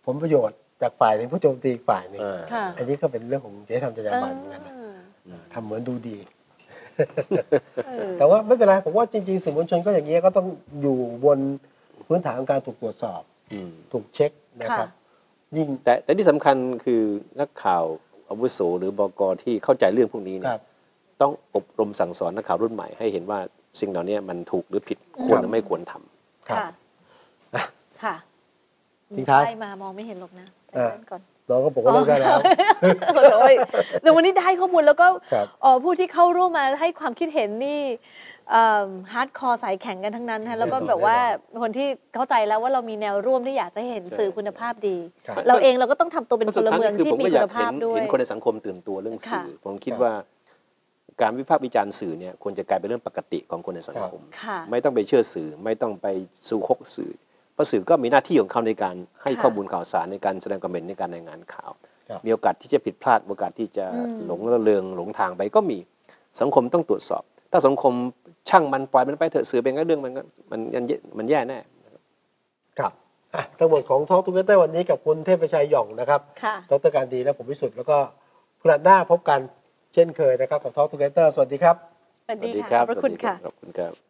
ผลประโยชน์จากฝ่ายหนึ่งผู้โจมตีอีกฝ่ายหนึ่ง เออ ค่ะ อันนี้ก็เป็นเรื่องของจริยธรรมจรรยาบรรณเหมือนกันนะ อืม ทำเหมือนดูดี เออ แต่ว่าไม่เป็นไรผมว่าจริงๆสื่อมวลชนก็อย่างเงี้ยก็ต้องอยู่บนพื้นฐานของการถูกตรวจสอบ อืม ถูกเช็คนะครับ ยิ่ง แต่แต่ที่สำคัญคือนักข่าวอาวุโสหรือบกที่เข้าใจเรื่องพวกนี้ ค เนี่ รั ย บ ต้องอบรมสั่งสอนนักข่าวรุ่นใหม่ให้เห็นว่าสิ่งเหล่านี้มันถูกหรือผิดควรหรือไม่ควรทำ ครับ ค่ะ ค่ะ ทิ้งท้าย ไล่มามองไม่เห็นหรอกนะ อ่า ไปก่อน น้องก็บอกว่าเลิกได้แล้ว โอ้ยแต่วันนี้ได้ข้อมูลแล้วก็ ครับ เอ่อผู้ที่เข้าร่วมมาให้ความคิดเห็นนี่ฮาร์ดคอร์สายแข็งกันทั้งนั้นฮะแล้วก็แบบว่าคนที่เข้าใจแล้วว่าเรามีแนวร่วมที่อยากจะเห็น ใช่ สื่อคุณภาพดี ครับ เราเองเราก็ต้องทำตัวเป็นพลเมือง สุด ที่ ท้าย มี นี่ คุ คือ ณภาพด้ว ผ ย มก็อากเห็นเห็นคนในสังคมตื่นตัวเรื่องสื่อ ค่ะ ผมคิด ครับ ว่า การวิพากษ์วิจารณ์สื่อเนี่ยควรจะกลายเป็นเรื่องปกติของคนในสังคม ค่ะ ไม่ต้องไปเชื่อสื่อ ไม่ต้องไปสู่คกสื่อเพราะสื่อก็มีหน้าที่ของเขาในการให้ ค่ะ ข้อมูลข่าวสารในการแสดงความเห็นในการรายงานข่าว ครับ มีโอกาสที่จะผิดพลาดโอกาสที่จะ อืม หลงระเริงหลงทางไปก็มีสังคมต้องตรวจสอบ ถ้าสังคมช่างมันปล่อยมันไปเถอะสื่อเป็นก็เรื่องมันก็มันมันแย่มันแย่แน่ ครับอ่ะทั้งหมดของทอ l กทูเกเตอร์วันนี้กับคุณเทพชัยหย่องนะครับ ค่ะ ดรการดีและผมวิสุทธ์แล้วก็พลัดหน้าพบกันเช่นเคยนะครับกับทอ l กทูเกเตอร์สวัสดีครับ สวัสดี สวัสดี ค่ะ ครั ขอบบพระคุณค่ะ ขอบคุณครับ